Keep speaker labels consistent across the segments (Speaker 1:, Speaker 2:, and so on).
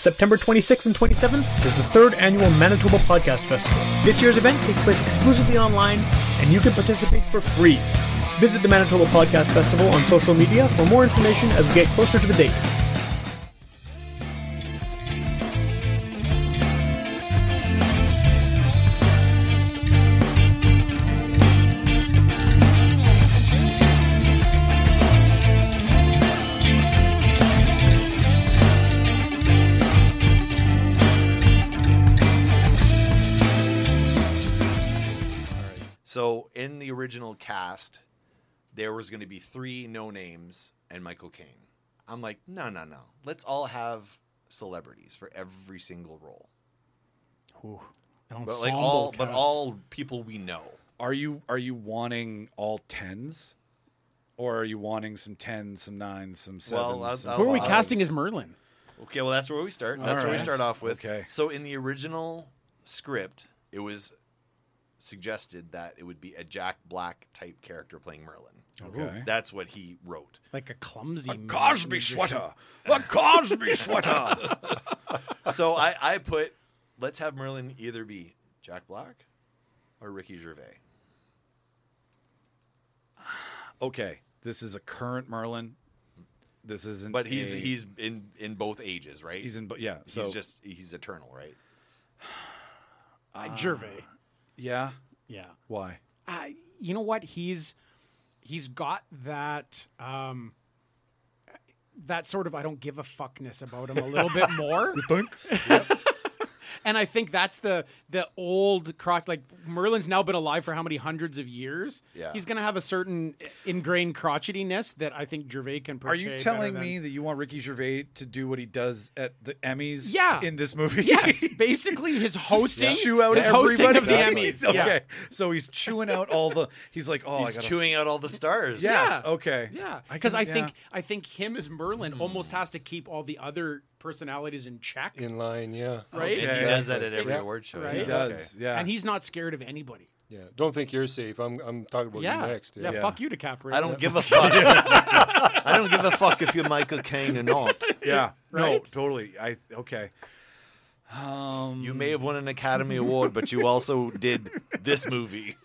Speaker 1: September 26th and 27th is the third annual Manitoba Podcast Festival. This year's event takes place exclusively online, and you can participate for free. Visit the Manitoba Podcast Festival on social media for more information as we get closer to the date.
Speaker 2: So in the original cast, there was going to be three no names and Michael Caine. I'm like, no, no, no. Let's all have celebrities for every single role, but like all, but all people we know.
Speaker 3: Are you are you wanting all tens, or are you wanting some tens, some nines, some sevens?
Speaker 2: Well, I'll-
Speaker 3: some
Speaker 2: I'll-
Speaker 4: Who are we
Speaker 2: Lies.
Speaker 4: casting as Merlin?
Speaker 2: Okay, well that's where we start. That's where we
Speaker 3: Alright.
Speaker 2: start off with.
Speaker 3: Okay.
Speaker 2: So in the original script, it was suggested that it would be a Jack Black type character playing Merlin.
Speaker 3: okay.
Speaker 2: That's what he wrote.
Speaker 4: Like a clumsy
Speaker 3: The Cosby
Speaker 4: magician.
Speaker 3: sweater. The Cosby sweater.
Speaker 2: So I, I put, let's have Merlin either be Jack Black or Ricky Gervais.
Speaker 3: okay, this is a current Merlin. This isn't.
Speaker 2: But he's
Speaker 3: a-
Speaker 2: he's in in both ages, right?
Speaker 3: he's in. Yeah. So
Speaker 2: he's just he's eternal, right?
Speaker 4: Uh,
Speaker 3: Ah.
Speaker 4: Gervais.
Speaker 3: yeah.
Speaker 4: Yeah.
Speaker 3: Why?
Speaker 4: I, you know what? He's he's got that um that sort of I don't give a fuckness about him a little bit more.
Speaker 3: Think.
Speaker 4: And I think that's the the old crotch. Like Merlin's now been alive for how many hundreds of years?
Speaker 2: Yeah.
Speaker 4: he's gonna have a certain ingrained crotchetiness that I think Gervais can.
Speaker 3: Are
Speaker 4: Portray
Speaker 3: you
Speaker 4: better
Speaker 3: telling
Speaker 4: than-
Speaker 3: me that you want Ricky Gervais to do what he does at the Emmys?
Speaker 4: Yeah.
Speaker 3: In this movie?
Speaker 4: Yes, basically his hosting,
Speaker 3: Chew out
Speaker 4: his
Speaker 3: everybody.
Speaker 4: hosting of the
Speaker 2: Exactly.
Speaker 4: Emmys.
Speaker 3: Okay.
Speaker 4: Yeah.
Speaker 3: So he's chewing out all the. He's like, oh, I
Speaker 2: He's
Speaker 3: gotta.
Speaker 2: chewing out all the stars.
Speaker 3: Yes.
Speaker 4: Yeah.
Speaker 3: Okay.
Speaker 4: Yeah, because
Speaker 3: can-
Speaker 4: I,
Speaker 3: yeah. Hmm.
Speaker 4: think I think him as Merlin almost has to keep all the other personalities in check,
Speaker 5: in line. Yeah,
Speaker 4: right?
Speaker 2: And he
Speaker 3: Yeah.
Speaker 2: does that at every
Speaker 5: Yeah.
Speaker 2: award show.
Speaker 4: Right.
Speaker 3: he
Speaker 2: yeah.
Speaker 3: does.
Speaker 2: Okay.
Speaker 3: Yeah.
Speaker 4: And he's not scared of anybody.
Speaker 5: yeah. Don't think you're safe. I'm I'm talking about
Speaker 4: yeah.
Speaker 5: you next.
Speaker 4: yeah,
Speaker 3: Yeah.
Speaker 4: fuck you, DiCaprio.
Speaker 2: I don't give a fuck. I don't give a fuck if you're Michael Caine or not.
Speaker 3: Yeah. No.
Speaker 4: Right?
Speaker 3: Totally. I. Okay.
Speaker 2: You may have won an Academy Award, but you also did this movie.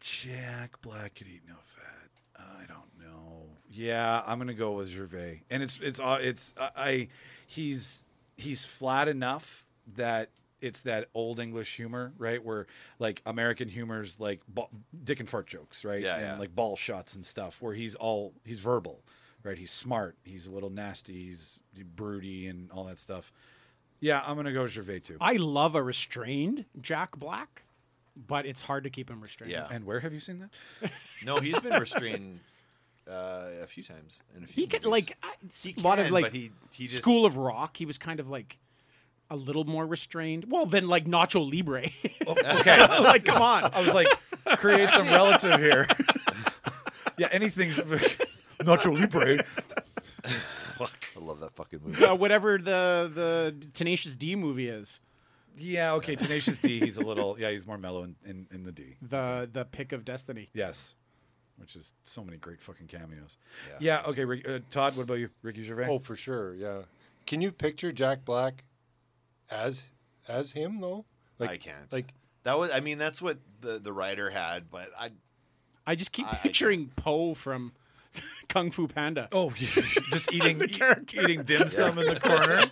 Speaker 3: Jack Black could eat no fat. I don't know. Yeah, I'm gonna go with Gervais, and it's it's uh, it's I, I he's he's flat enough that it's that old English humor, right? Where like American humor's like ba- dick and fart jokes, right?
Speaker 2: Yeah,
Speaker 3: and
Speaker 2: yeah.
Speaker 3: like ball shots and stuff. Where he's all he's verbal, right? He's smart. He's a little nasty. He's broody and all that stuff. Yeah, I'm gonna go Gervais too.
Speaker 4: I love a restrained Jack Black, but it's hard to keep him restrained.
Speaker 2: Yeah.
Speaker 3: and where have you seen that?
Speaker 2: No, he's been restrained uh, a few times. In a few
Speaker 4: he could
Speaker 2: movies.
Speaker 4: like I- it's
Speaker 2: He
Speaker 4: a lot of
Speaker 2: can,
Speaker 4: like
Speaker 2: but he- he just-
Speaker 4: School of Rock. He was kind of like a little more restrained. Well, then like Nacho Libre.
Speaker 2: Oh,
Speaker 3: Okay.
Speaker 4: like, come on.
Speaker 3: I was like, create some relative here. yeah, anything's Nacho Libre.
Speaker 2: I love that fucking movie.
Speaker 4: Uh, whatever the the Tenacious D movie is,
Speaker 3: Yeah, okay. Tenacious D, he's a little, yeah, he's more mellow in, in, in the D.
Speaker 4: the the pick of destiny.
Speaker 3: Yes. Which is so many great fucking cameos. Yeah, okay. Rick, uh, Todd, what about you? Ricky Gervais?
Speaker 5: Oh, for sure. Yeah. Can you picture Jack Black as as him though? Like
Speaker 2: I can't.
Speaker 5: Like
Speaker 2: that was. I mean, that's what the the writer had, but I.
Speaker 4: I just keep
Speaker 2: I- I don't-
Speaker 4: picturing Poe from Kung Fu Panda.
Speaker 3: Oh, yeah, just eating e-,
Speaker 4: the character.
Speaker 3: eating dim sum in the corner.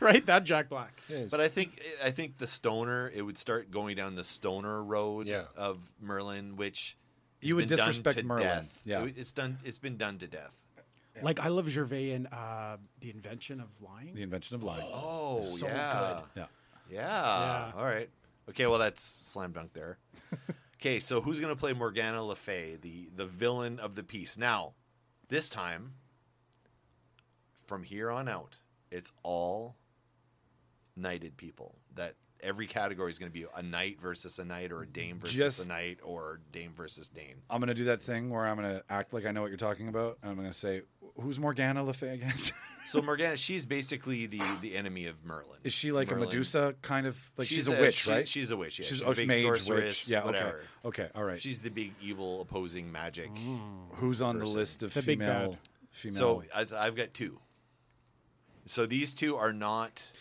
Speaker 4: Right, that Jack Black.
Speaker 2: But I think I think the stoner. It would start going down the stoner road
Speaker 5: Yeah.
Speaker 2: of Merlin, which has
Speaker 3: You would
Speaker 2: been done
Speaker 3: disrespect
Speaker 2: to
Speaker 3: Merlin.
Speaker 2: Death.
Speaker 3: Yeah.
Speaker 2: It- it's done. It's been done to death.
Speaker 4: Like I love Gervais and uh, the invention of lying.
Speaker 3: The invention of lying.
Speaker 2: Oh
Speaker 4: So
Speaker 2: yeah.
Speaker 3: Yeah.
Speaker 2: yeah,
Speaker 4: Yeah.
Speaker 2: All right. Okay. Well, that's slam dunk there. okay, so who's gonna play Morgana Le Fay, the the villain of the piece? Now, this time, from here on out, it's all knighted people. That every category is gonna be a knight versus a knight, or a dame versus
Speaker 3: Just-
Speaker 2: a knight, or dame versus dame.
Speaker 3: I'm going to do that thing where I'm going to act like I know what you're talking about. And I'm going to say, who's Morgana Le Fay again?
Speaker 2: So Morgana, she's basically the the enemy of Merlin.
Speaker 3: is she like
Speaker 2: Merlin.
Speaker 3: a Medusa kind of, like she's, a witch,
Speaker 2: she-
Speaker 3: right?
Speaker 2: She's a witch. Yeah. She's,
Speaker 3: oh,
Speaker 2: a big
Speaker 3: mage, witch.
Speaker 2: sorceress.
Speaker 3: Yeah,
Speaker 2: whatever.
Speaker 3: Okay. okay, all right. Mm.
Speaker 2: She's the big evil opposing magic.
Speaker 3: Who's on the
Speaker 2: person.
Speaker 3: list of
Speaker 4: The big
Speaker 3: female
Speaker 4: bad.
Speaker 3: female?
Speaker 2: So I, I've got two. So these two are not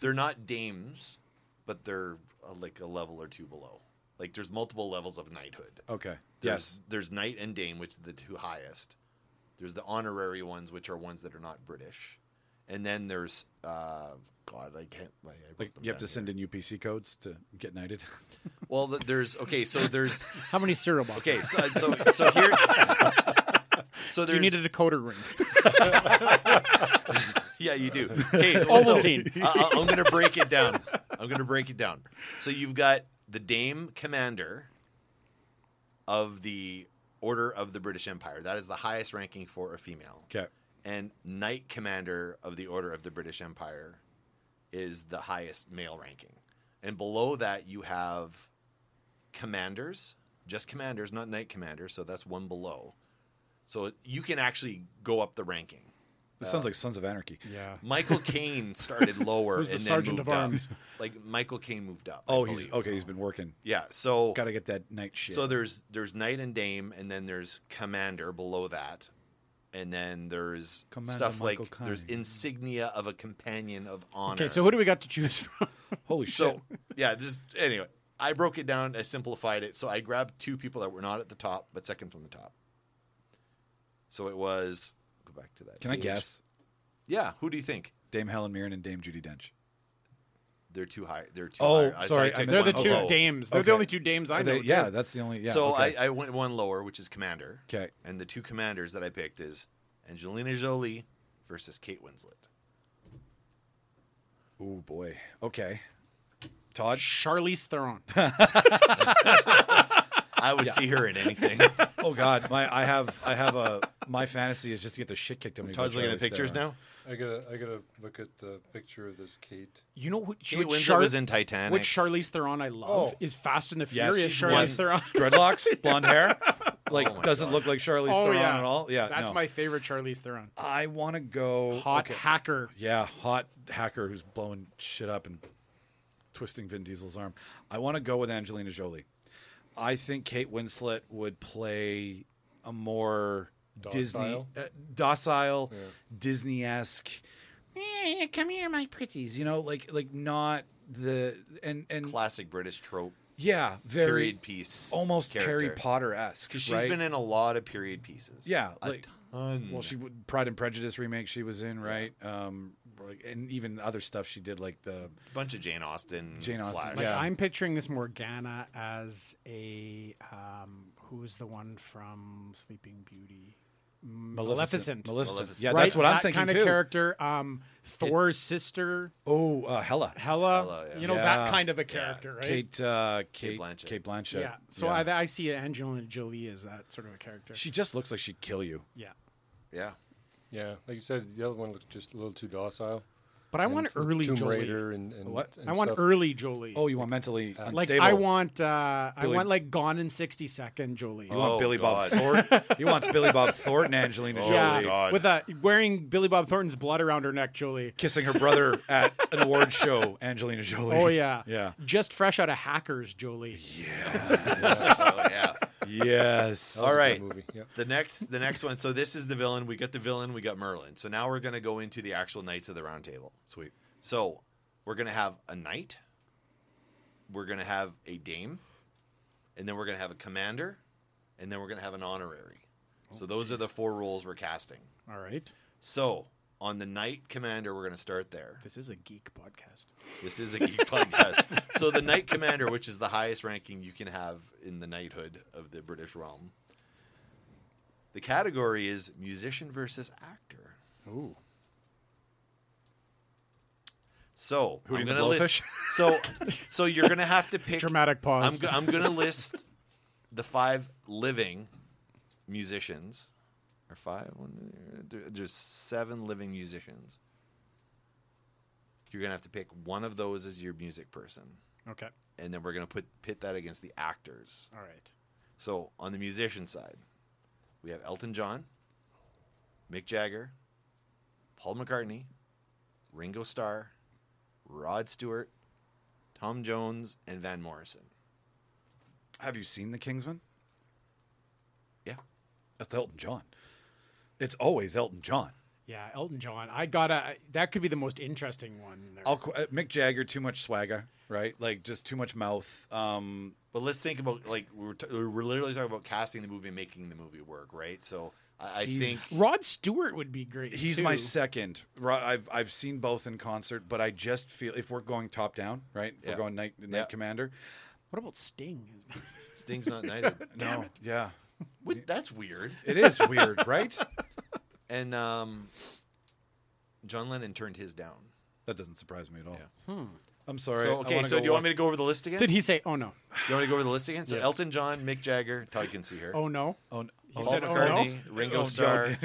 Speaker 2: they're not dames, but they're uh, like a level or two below. Like there's multiple levels of knighthood.
Speaker 3: Okay.
Speaker 2: There's,
Speaker 3: Yes.
Speaker 2: There's knight and dame, which are the two highest. There's the honorary ones, which are ones that are not British, and then there's uh, God, I can't. I, I wrote
Speaker 3: Like
Speaker 2: them
Speaker 3: you have to
Speaker 2: down
Speaker 3: send in UPC codes to get knighted.
Speaker 2: here. Well, th- there's okay. So there's
Speaker 4: How many cereal boxes?
Speaker 2: okay. So so so here. So
Speaker 4: You
Speaker 2: there's
Speaker 4: need a decoder ring.
Speaker 2: Yeah, you do. Okay,
Speaker 4: Ovaltine.
Speaker 2: I, I- I'm going to break it down. I'm going to break it down. So you've got the Dame Commander of the Order of the British Empire. That is the highest ranking for a female.
Speaker 3: Okay.
Speaker 2: And Knight Commander of the Order of the British Empire is the highest male ranking. And below that, you have commanders, just commanders, not knight commanders. So that's one below. So you can actually go up the ranking.
Speaker 3: This sounds
Speaker 2: Uh,
Speaker 3: like Sons of Anarchy.
Speaker 4: Yeah.
Speaker 2: Michael Caine started lower
Speaker 4: Who's the
Speaker 2: and then
Speaker 4: sergeant
Speaker 2: moved
Speaker 4: of arms?
Speaker 2: up. Like Michael Caine moved up. I
Speaker 3: Oh, he's
Speaker 2: believe.
Speaker 3: okay. He's been working.
Speaker 2: Yeah, so
Speaker 3: Got to get that knight shit.
Speaker 2: so there's there's knight and dame, and then there's commander below that, and then there's
Speaker 3: Commander
Speaker 2: stuff like
Speaker 3: Michael
Speaker 2: there's
Speaker 3: Caine.
Speaker 2: insignia of a companion of honor.
Speaker 4: Okay, so who do we got to choose from?
Speaker 3: holy
Speaker 2: So yeah, just anyway, I broke it down, I simplified it. So I grabbed two people that were not at the top, but second from the top. So it was go back to that.
Speaker 3: shit. Can I
Speaker 2: page.
Speaker 3: guess?
Speaker 2: Yeah, who do you think?
Speaker 3: Dame Helen Mirren and Dame Judy Dench.
Speaker 2: They're too high. They're too
Speaker 3: Oh,
Speaker 2: high. I- so I
Speaker 3: sorry,
Speaker 2: took
Speaker 3: I meant-
Speaker 4: They're the
Speaker 2: one
Speaker 4: two
Speaker 2: below.
Speaker 4: dames. They're
Speaker 3: Okay.
Speaker 4: the only two dames I
Speaker 3: Are
Speaker 4: know.
Speaker 3: they-
Speaker 4: too.
Speaker 3: yeah, that's the only. Yeah.
Speaker 2: so
Speaker 3: okay.
Speaker 2: I, I went one lower, which is Commander.
Speaker 3: Okay.
Speaker 2: And the two commanders that I picked is Angelina Jolie versus Kate Winslet.
Speaker 3: Oh boy. Okay. Todd.
Speaker 4: Charlize Theron.
Speaker 2: I would see her in anything.
Speaker 3: Oh God. My I have I have a my fantasy is just to get the shit kicked out of me. by
Speaker 2: Todd's looking at
Speaker 3: Charlize
Speaker 2: pictures
Speaker 3: Theron.
Speaker 2: now.
Speaker 5: I gotta, I gotta look at the picture of this Kate.
Speaker 4: You know who
Speaker 2: Kate
Speaker 4: which,
Speaker 2: Winslet
Speaker 4: Char-
Speaker 2: was in Titanic.
Speaker 4: which Charlize Theron I love
Speaker 5: Oh.
Speaker 4: is Fast and the
Speaker 3: Yes,
Speaker 4: Furious.
Speaker 3: one-
Speaker 4: Charlize Theron.
Speaker 3: Dreadlocks, blonde hair, like
Speaker 2: my
Speaker 3: doesn't
Speaker 2: God.
Speaker 3: look like Charlize
Speaker 4: oh
Speaker 3: Theron
Speaker 4: yeah,
Speaker 3: at all. Yeah.
Speaker 4: that's
Speaker 3: no.
Speaker 4: my favorite Charlize Theron.
Speaker 3: I want to go
Speaker 4: Hot
Speaker 3: okay.
Speaker 4: hacker.
Speaker 3: Yeah, hot hacker who's blowing shit up and twisting Vin Diesel's arm. I want to go with Angelina Jolie. I think Kate Winslet would play a more Disney
Speaker 5: Docile?
Speaker 3: uh, docile, Disney esque. come here, my pretties. You know, like like not the and and
Speaker 2: Classic British trope.
Speaker 3: yeah, very
Speaker 2: Period piece.
Speaker 3: almost Harry
Speaker 2: character.
Speaker 3: Potter esque.
Speaker 2: Because
Speaker 3: She's
Speaker 2: she's been in a lot of period pieces.
Speaker 3: Yeah,
Speaker 2: A
Speaker 3: like-
Speaker 2: ton.
Speaker 3: Well, she would Pride and Prejudice remake she was in, right? Um, like, and even other stuff she did, like the
Speaker 2: a bunch of Jane Austen.
Speaker 3: Jane Austen,
Speaker 2: slash-
Speaker 4: Like
Speaker 3: Yeah.
Speaker 4: I'm picturing this Morgana as a um, who's the one from Sleeping Beauty, Maleficent.
Speaker 3: Maleficent. Maleficent.
Speaker 2: Maleficent.
Speaker 3: Yeah,
Speaker 4: Right?
Speaker 3: that's what I'm
Speaker 4: That
Speaker 3: thinking
Speaker 4: kind
Speaker 3: too.
Speaker 4: of character. Um, Thor's sister,
Speaker 3: Oh, uh, Hella.
Speaker 4: Hela.
Speaker 2: Hela, yeah.
Speaker 4: You know
Speaker 3: Yeah.
Speaker 4: that kind of a character, right?
Speaker 3: Kate, uh, Kate,
Speaker 2: Kate
Speaker 3: Kate Blanchett.
Speaker 2: Blanchett.
Speaker 4: yeah. So I, I see Angelina Jolie as that sort of a character.
Speaker 3: she just looks like she'd kill you.
Speaker 4: yeah.
Speaker 2: yeah.
Speaker 5: Yeah, like you said, the other one looked just a little too docile.
Speaker 4: But I want
Speaker 5: And
Speaker 4: early
Speaker 5: Tomb
Speaker 4: Jolie.
Speaker 5: Raider and, and
Speaker 3: What?
Speaker 5: and
Speaker 4: I want
Speaker 5: stuff.
Speaker 4: early Jolie.
Speaker 3: Oh, you want mentally
Speaker 4: like
Speaker 3: unstable?
Speaker 4: I want, uh, I
Speaker 3: Billy-
Speaker 4: want like Gone in sixty second Jolie.
Speaker 3: You want
Speaker 2: Oh,
Speaker 3: Billy Bob
Speaker 2: God. Oh,
Speaker 3: Thornton. he wants Billy Bob Thornton, Angelina Jolie,
Speaker 4: yeah,
Speaker 2: God.
Speaker 4: with a wearing Billy Bob Thornton's blood around her neck, Jolie.
Speaker 3: kissing her brother at an award show, Angelina Jolie.
Speaker 4: Oh yeah,
Speaker 3: yeah,
Speaker 4: Just fresh out of Hackers, Jolie.
Speaker 2: so, yeah.
Speaker 3: yes.
Speaker 2: All right.
Speaker 5: That movie. Yeah.
Speaker 2: The next, the next one. So this is the villain. We got the villain. We got Merlin. So now we're gonna go into the actual Knights of the Round Table.
Speaker 3: Sweet.
Speaker 2: So we're gonna have a knight. We're gonna have a dame, and then we're gonna have a commander, and then we're gonna have an honorary. So those are the four roles we're casting.
Speaker 4: All right,
Speaker 2: So on the knight commander, we're gonna start there.
Speaker 4: this is a geek podcast.
Speaker 2: This is a geek podcast. So the knight commander, which is the highest ranking you can have in the knighthood of the British realm. The category is musician versus actor.
Speaker 4: Ooh,
Speaker 2: So
Speaker 3: Hootie
Speaker 2: I'm
Speaker 3: and the
Speaker 2: gonna list.
Speaker 3: Blowfish?
Speaker 2: So, so you're gonna have to pick.
Speaker 4: dramatic
Speaker 2: I'm,
Speaker 4: pause.
Speaker 2: go- I'm gonna list the five living musicians, or five. One, there- there's seven living musicians. You're gonna have to pick one of those as your music person,
Speaker 4: okay,
Speaker 2: and then we're gonna put pit that against the actors.
Speaker 4: all right.
Speaker 2: So on the musician side, we have Elton John, Mick Jagger, Paul McCartney, Ringo Starr, Rod Stewart, Tom Jones, and Van Morrison.
Speaker 3: Have you seen The Kingsman?
Speaker 2: Yeah.
Speaker 3: That's Elton John. It's always Elton John.
Speaker 4: Yeah, Elton John. I gotta. That could be the most interesting one. There.
Speaker 3: I'll, qu- uh, Mick Jagger, too much swagger, right? Like just too much mouth. Um,
Speaker 2: But let's think about like we we're, t- we we're literally talking about casting the movie and making the movie work, right? So I, I think
Speaker 3: He's-
Speaker 4: Rod Stewart would be great.
Speaker 3: he's my
Speaker 4: too.
Speaker 3: second. Ro- I've I've seen both in concert, but I just feel if we're going top down, right? If
Speaker 2: Yeah.
Speaker 3: We're going night night
Speaker 2: Yeah.
Speaker 3: commander.
Speaker 4: What about Sting?
Speaker 2: Sting's not knighted.
Speaker 3: no, yeah,
Speaker 2: Wait, that's weird.
Speaker 3: it is weird, right?
Speaker 2: And um, John Lennon turned his down.
Speaker 3: That doesn't surprise me at all. Hmm.
Speaker 2: Yeah.
Speaker 3: I'm sorry.
Speaker 2: so okay, so do you want me to go over the list again?
Speaker 4: Did he say, "Oh no,
Speaker 2: You want to go over the list again? So
Speaker 5: Yes.
Speaker 2: Elton John, Mick Jagger, Todd can see here.
Speaker 4: oh no"?
Speaker 3: Oh,
Speaker 4: He
Speaker 2: Paul
Speaker 4: said, "Oh no."
Speaker 2: McCartney, Ringo Starr,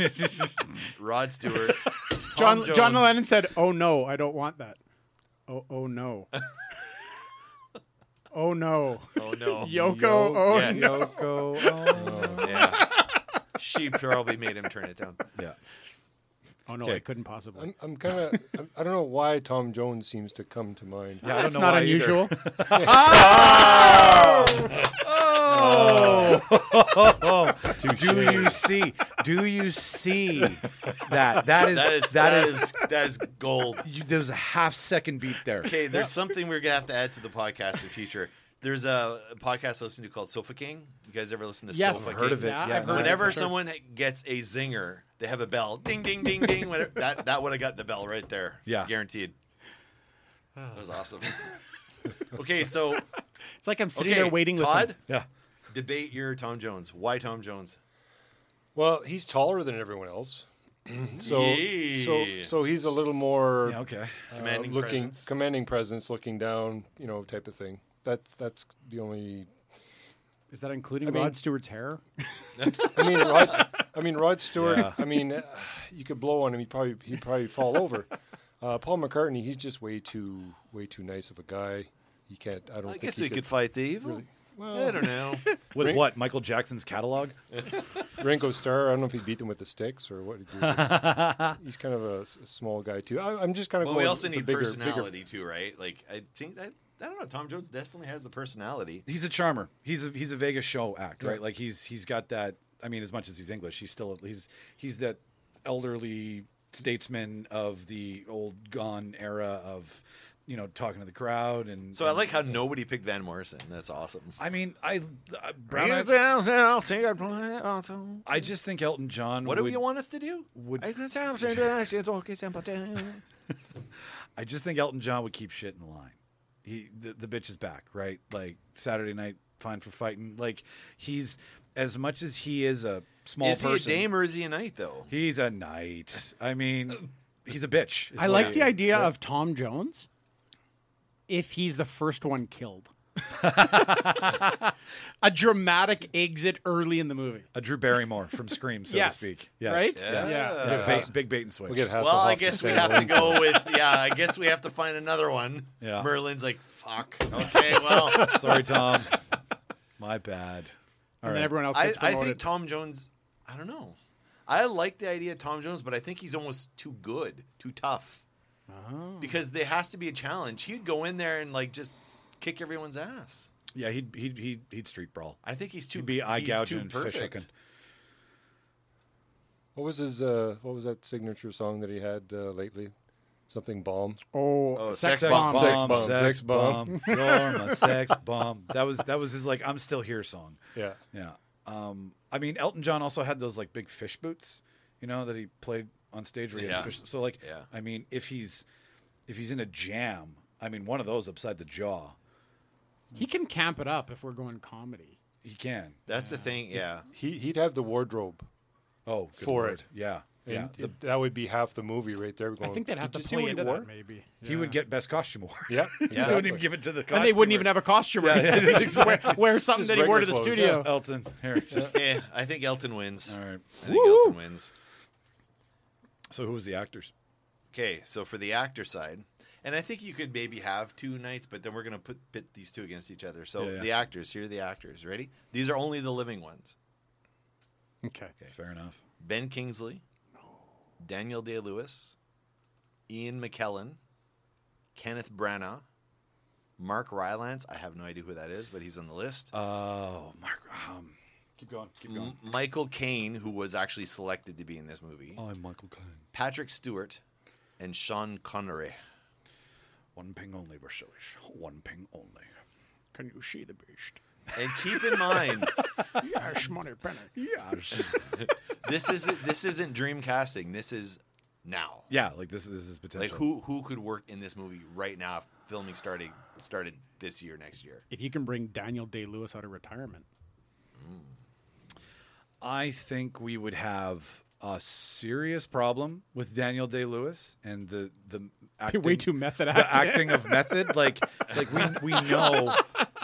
Speaker 2: Rod Stewart, Tom
Speaker 4: John John
Speaker 2: Jones.
Speaker 4: Lennon said, "Oh no, I don't want that." Oh oh no. oh no.
Speaker 2: Oh no,
Speaker 4: Yoko.
Speaker 3: Yo-
Speaker 4: oh
Speaker 2: yes.
Speaker 4: no.
Speaker 5: Oh,
Speaker 2: yeah. she probably made him turn it down.
Speaker 3: yeah.
Speaker 4: Oh no,
Speaker 3: Okay.
Speaker 4: I couldn't possibly.
Speaker 5: I'm, I'm kind of. I don't know why Tom Jones seems to come to mind.
Speaker 3: Yeah, I don't
Speaker 4: That's
Speaker 3: know
Speaker 4: not
Speaker 3: why either.
Speaker 4: unusual.
Speaker 3: Oh, Do you see? Do you see that? That is
Speaker 2: That is that is that is gold.
Speaker 3: You, there's a half second beat there.
Speaker 2: Okay, there's something we're gonna have to add to the podcast in future. There's a podcast I listen to called Sofa King. You guys ever listen to
Speaker 4: yes,
Speaker 2: Sofa
Speaker 3: heard
Speaker 2: King?
Speaker 3: of it.
Speaker 4: Yeah,
Speaker 3: Yeah,
Speaker 4: I've
Speaker 3: no,
Speaker 4: heard of it,
Speaker 2: Whenever
Speaker 4: for sure.
Speaker 2: someone gets a zinger, they have a bell. Ding ding ding ding. Whatever. That that would have got the bell right there.
Speaker 3: Yeah.
Speaker 2: guaranteed. That was awesome. okay, so
Speaker 4: it's like I'm sitting
Speaker 2: okay,
Speaker 4: there waiting
Speaker 2: Todd,
Speaker 4: with him.
Speaker 3: Yeah.
Speaker 2: debate your Tom Jones. Why Tom Jones?
Speaker 5: Well, he's taller than everyone else. So,
Speaker 2: Yeah.
Speaker 5: so, so he's a little more
Speaker 3: Yeah, okay.
Speaker 5: uh,
Speaker 2: Commanding
Speaker 5: looking,
Speaker 2: presence.
Speaker 5: commanding presence, looking down, you know, type of thing. That's that's the only.
Speaker 4: Is that including
Speaker 5: I mean-
Speaker 4: Rod Stewart's hair?
Speaker 5: I mean, Rod, I mean Rod Stewart.
Speaker 3: Yeah.
Speaker 5: I mean, uh, you could blow on him; he'd probably he'd probably fall over. Uh, Paul McCartney, he's just way too way too nice of a guy. He can't. I don't
Speaker 2: I
Speaker 5: think
Speaker 2: guess
Speaker 5: he
Speaker 2: we could fight the evil. I don't know.
Speaker 3: With what? Michael Jackson's catalog?
Speaker 5: Ringo Starr. I don't know if he beat them with the sticks or what. he did. he's kind of a, s- small guy too. I, I'm just kind of.
Speaker 2: well,
Speaker 5: going
Speaker 2: we also
Speaker 5: with the
Speaker 2: need
Speaker 5: bigger,
Speaker 2: personality too, right? Like I think that I don't know. Tom Jones definitely has the personality.
Speaker 3: He's a charmer. He's a he's a Vegas show act, right? Like he's he's got that. I mean, as much as he's English, he's still he's he's that elderly statesman of the old gone era of, you know, talking to the crowd and.
Speaker 2: So I like how nobody picked Van Morrison. That's awesome.
Speaker 3: I mean, I uh, Brown. I,
Speaker 2: What
Speaker 3: I just think Elton John.
Speaker 2: do
Speaker 3: would-
Speaker 2: you want us to do?
Speaker 3: would-
Speaker 2: Well,
Speaker 3: I just think Elton John would keep shit in line. He the, the bitch is back, right? Like Saturday night, fine for fighting. Like he's as much as he is a small
Speaker 2: is he a
Speaker 3: person.
Speaker 2: dame or is he a knight though?
Speaker 3: He's a knight. I mean, he's a bitch. is
Speaker 4: I
Speaker 3: what
Speaker 4: like
Speaker 3: he
Speaker 4: the
Speaker 3: is.
Speaker 4: idea of Tom Jones if he's the first one killed. a dramatic exit early in the movie.
Speaker 3: a Drew Barrymore from Scream, so
Speaker 4: Yes.
Speaker 3: to speak. Yes.
Speaker 4: Right?
Speaker 3: Yeah.
Speaker 4: Yeah.
Speaker 3: Yeah, bait- big bait and switch.
Speaker 5: We'll get Hasselhoff
Speaker 2: Well, I
Speaker 5: to
Speaker 2: guess we have
Speaker 5: stand
Speaker 2: to
Speaker 5: in.
Speaker 2: go with yeah. I guess we have to find another one.
Speaker 3: Yeah.
Speaker 2: Merlin's like fuck. Okay, well,
Speaker 3: Sorry, Tom. My bad. All
Speaker 4: and then
Speaker 3: right.
Speaker 4: everyone else
Speaker 2: I,
Speaker 4: gets
Speaker 2: I
Speaker 4: promoted.
Speaker 2: think Tom Jones. I don't know. I like the idea of Tom Jones, but I think he's almost too good, too tough.
Speaker 3: Oh.
Speaker 2: Because there has to be a challenge. He'd go in there and like just kick everyone's ass.
Speaker 3: yeah, he'd he'd he'd, he'd street brawl.
Speaker 2: I think he's too
Speaker 3: He'd be eye
Speaker 2: he's too
Speaker 3: gouging and fish
Speaker 2: perfect.
Speaker 3: hooking.
Speaker 5: What was his? Uh, what was that signature song that he had uh, lately? Something bomb.
Speaker 4: oh,
Speaker 2: Oh,
Speaker 4: sex,
Speaker 2: sex
Speaker 4: bomb.
Speaker 2: bomb.
Speaker 5: Sex bomb,
Speaker 3: sex
Speaker 5: sex bomb.
Speaker 3: bomb. You're my sex bomb. That was that was his like I'm still here song.
Speaker 5: Yeah.
Speaker 3: Yeah. Um, I mean, Elton John also had those like big fish boots, you know, that he played on stage. Where he
Speaker 2: Yeah.
Speaker 3: had fish. So like,
Speaker 2: Yeah.
Speaker 3: I mean, if he's if he's in a jam, I mean, one of those upside the jaw,
Speaker 4: He can camp it up if we're going comedy.
Speaker 3: he can.
Speaker 2: That's the thing. Yeah.
Speaker 5: He he'd have the wardrobe.
Speaker 3: Oh, good
Speaker 5: For
Speaker 3: lord.
Speaker 5: it.
Speaker 3: Yeah. Yeah.
Speaker 5: And it- that would be half the movie right there.
Speaker 4: I
Speaker 5: going,
Speaker 4: think they'd have to
Speaker 5: Oh, "Did you see
Speaker 4: play
Speaker 5: what he
Speaker 4: into
Speaker 5: wore?"
Speaker 4: that maybe.
Speaker 3: He would get best costume award.
Speaker 5: Yeah,
Speaker 3: they wouldn't even
Speaker 5: exactly.
Speaker 3: give it to the costume
Speaker 4: and they wouldn't even have a costume. right?
Speaker 3: Yeah, yeah.
Speaker 4: They just wear, wear something
Speaker 5: Just
Speaker 4: that he wore to the studio.
Speaker 5: regular clothes,
Speaker 3: Elton here. Just,
Speaker 2: yeah. I think Elton wins.
Speaker 3: all right.
Speaker 2: I think Elton wins.
Speaker 3: So who was the actors?
Speaker 2: Okay, so for the actor side, and I think you could maybe have two nights, but then we're gonna put pit these two against each other. So
Speaker 3: Yeah, yeah.
Speaker 2: the actors, here are the actors. Ready? These are only the living ones.
Speaker 4: Okay.
Speaker 3: Fair enough.
Speaker 2: Ben Kingsley, Daniel Day Lewis, Ian McKellen, Kenneth Branagh, Mark Rylance. I have no idea who that is, but he's on the list.
Speaker 3: Oh, Mark. Um, Keep going. Keep going.
Speaker 2: M- Michael Caine, who was actually selected to be in this movie,
Speaker 3: I'm Michael Caine.
Speaker 2: Patrick Stewart, and Sean Connery.
Speaker 3: One ping only, Rasilish. One ping only.
Speaker 4: Can you see the beast?
Speaker 2: And keep in mind,
Speaker 4: Yes, money penny.
Speaker 3: Yes.
Speaker 2: this isn't this isn't dream casting. This is now.
Speaker 3: yeah, like this. This is potential.
Speaker 2: Like who who could work in this movie right now? If filming started started this year, next year.
Speaker 4: If you can bring Daniel Day Lewis out of retirement,
Speaker 3: I think we would have a serious problem with Daniel Day Lewis and the the acting,
Speaker 4: way too method
Speaker 3: the
Speaker 4: acting.
Speaker 3: acting of method. Like like we we know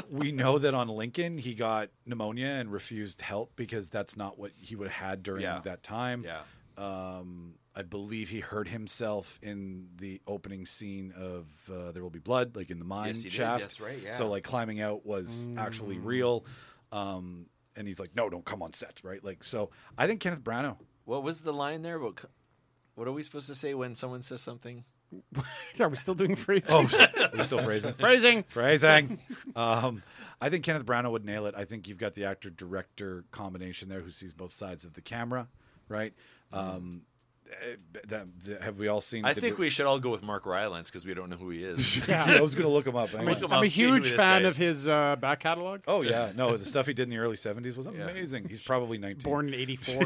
Speaker 3: we know that on Lincoln he got pneumonia and refused help because that's not what he would have had during
Speaker 2: Yeah.
Speaker 3: that time.
Speaker 2: Yeah.
Speaker 3: Um, I believe he hurt himself in the opening scene of uh, There Will Be Blood, like in the mine
Speaker 2: Yes, he did.
Speaker 3: shaft.
Speaker 2: That's right, yeah.
Speaker 3: So like climbing out was actually real. Um, and he's like, no, don't come on set, right? Like, so I think Kenneth Branagh.
Speaker 2: What was the line there? What what are we supposed to say when someone says something?
Speaker 4: are we still doing phrasing?
Speaker 3: Oh, we're still phrasing.
Speaker 4: phrasing.
Speaker 3: Phrasing. Um, I think Kenneth Branagh would nail it. I think you've got the actor director combination there who sees both sides of the camera, right? Um, eh, that, that- have we all seen?
Speaker 2: Mm-hmm. I
Speaker 3: the
Speaker 2: think
Speaker 3: di-
Speaker 2: we should all go with Mark Rylance because we don't know who he is.
Speaker 3: Yeah, I was going to look him up. Hang
Speaker 2: Look
Speaker 3: on.
Speaker 2: him
Speaker 4: I'm a
Speaker 2: up, see who
Speaker 4: huge
Speaker 2: this
Speaker 4: fan
Speaker 2: guy
Speaker 4: of
Speaker 2: is.
Speaker 4: his uh, back catalog.
Speaker 3: Oh yeah, no, the stuff he did in the early '70s was amazing. He's probably 19.
Speaker 4: Born in '84,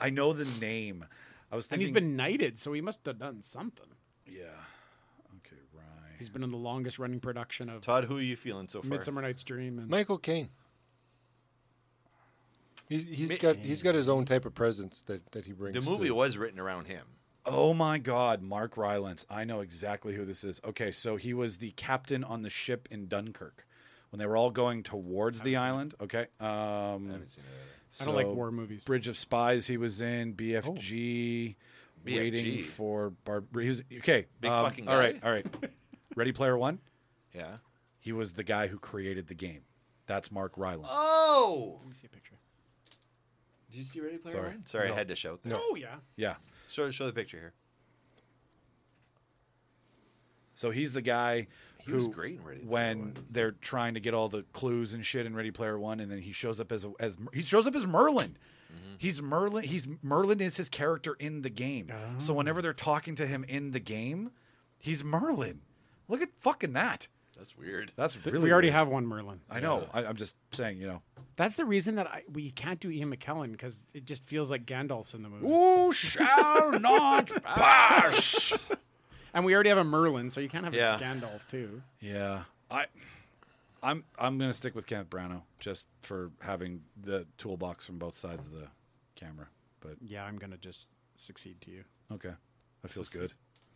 Speaker 3: I know the name. I was
Speaker 4: and
Speaker 3: thinking.
Speaker 4: he's been knighted, so he must have done something.
Speaker 3: Yeah. Okay, right.
Speaker 4: He's been in the longest running production of
Speaker 2: Todd, who are you feeling so far?
Speaker 4: Midsummer Night's Dream, and
Speaker 5: Michael Caine. He's, he's got he's got his own type of presence that, that he brings.
Speaker 2: The
Speaker 5: to
Speaker 2: movie
Speaker 5: it.
Speaker 2: was written around him.
Speaker 3: Oh my God, Mark Rylance. I know exactly who this is. Okay, so he was the captain on the ship in Dunkirk when they were all going towards the island. Okay. Um,
Speaker 2: I haven't seen it.
Speaker 4: I don't like
Speaker 3: so
Speaker 4: war movies.
Speaker 3: Bridge of Spies. He was in BFG. Waiting
Speaker 2: BFG.
Speaker 3: for Barb. He was okay.
Speaker 2: Big
Speaker 3: um,
Speaker 2: fucking
Speaker 3: All right,
Speaker 2: guy.
Speaker 3: all right. Ready Player One.
Speaker 2: either. Yeah.
Speaker 3: He was the guy who created the game. That's Mark Rylance.
Speaker 2: Oh.
Speaker 4: Let me see a picture.
Speaker 2: Did you see Ready Player
Speaker 3: Sorry.
Speaker 2: One? Sorry, I had to shout that.
Speaker 4: Oh yeah,
Speaker 3: Yeah.
Speaker 2: Show show the picture here.
Speaker 3: So he's the guy
Speaker 2: He
Speaker 3: who
Speaker 2: was great in Ready Player
Speaker 3: when
Speaker 2: One.
Speaker 3: they're trying to get all the clues and shit in Ready Player One, and then he shows up as a, as he shows up as Merlin.
Speaker 2: Mm-hmm.
Speaker 3: He's Merlin. He's Merlin is his character in the game. So whenever they're talking to him in the game, he's Merlin. Look at fucking that.
Speaker 2: That's weird.
Speaker 3: That's really.
Speaker 4: we already
Speaker 3: weird.
Speaker 4: have one Merlin.
Speaker 3: I know. I, I'm just saying. You know.
Speaker 4: That's the reason that I, we can't do Ian McKellen because it just feels like Gandalf's in the movie,
Speaker 3: Who shall not pass?
Speaker 4: and we already have a Merlin, so you can't have
Speaker 2: Yeah.
Speaker 4: a Gandalf too.
Speaker 3: Yeah, I, I'm I'm gonna stick with Kenneth Branagh just for having the toolbox from both sides of the camera. But
Speaker 4: Yeah, I'm gonna just succeed to you.
Speaker 3: okay, that feels good.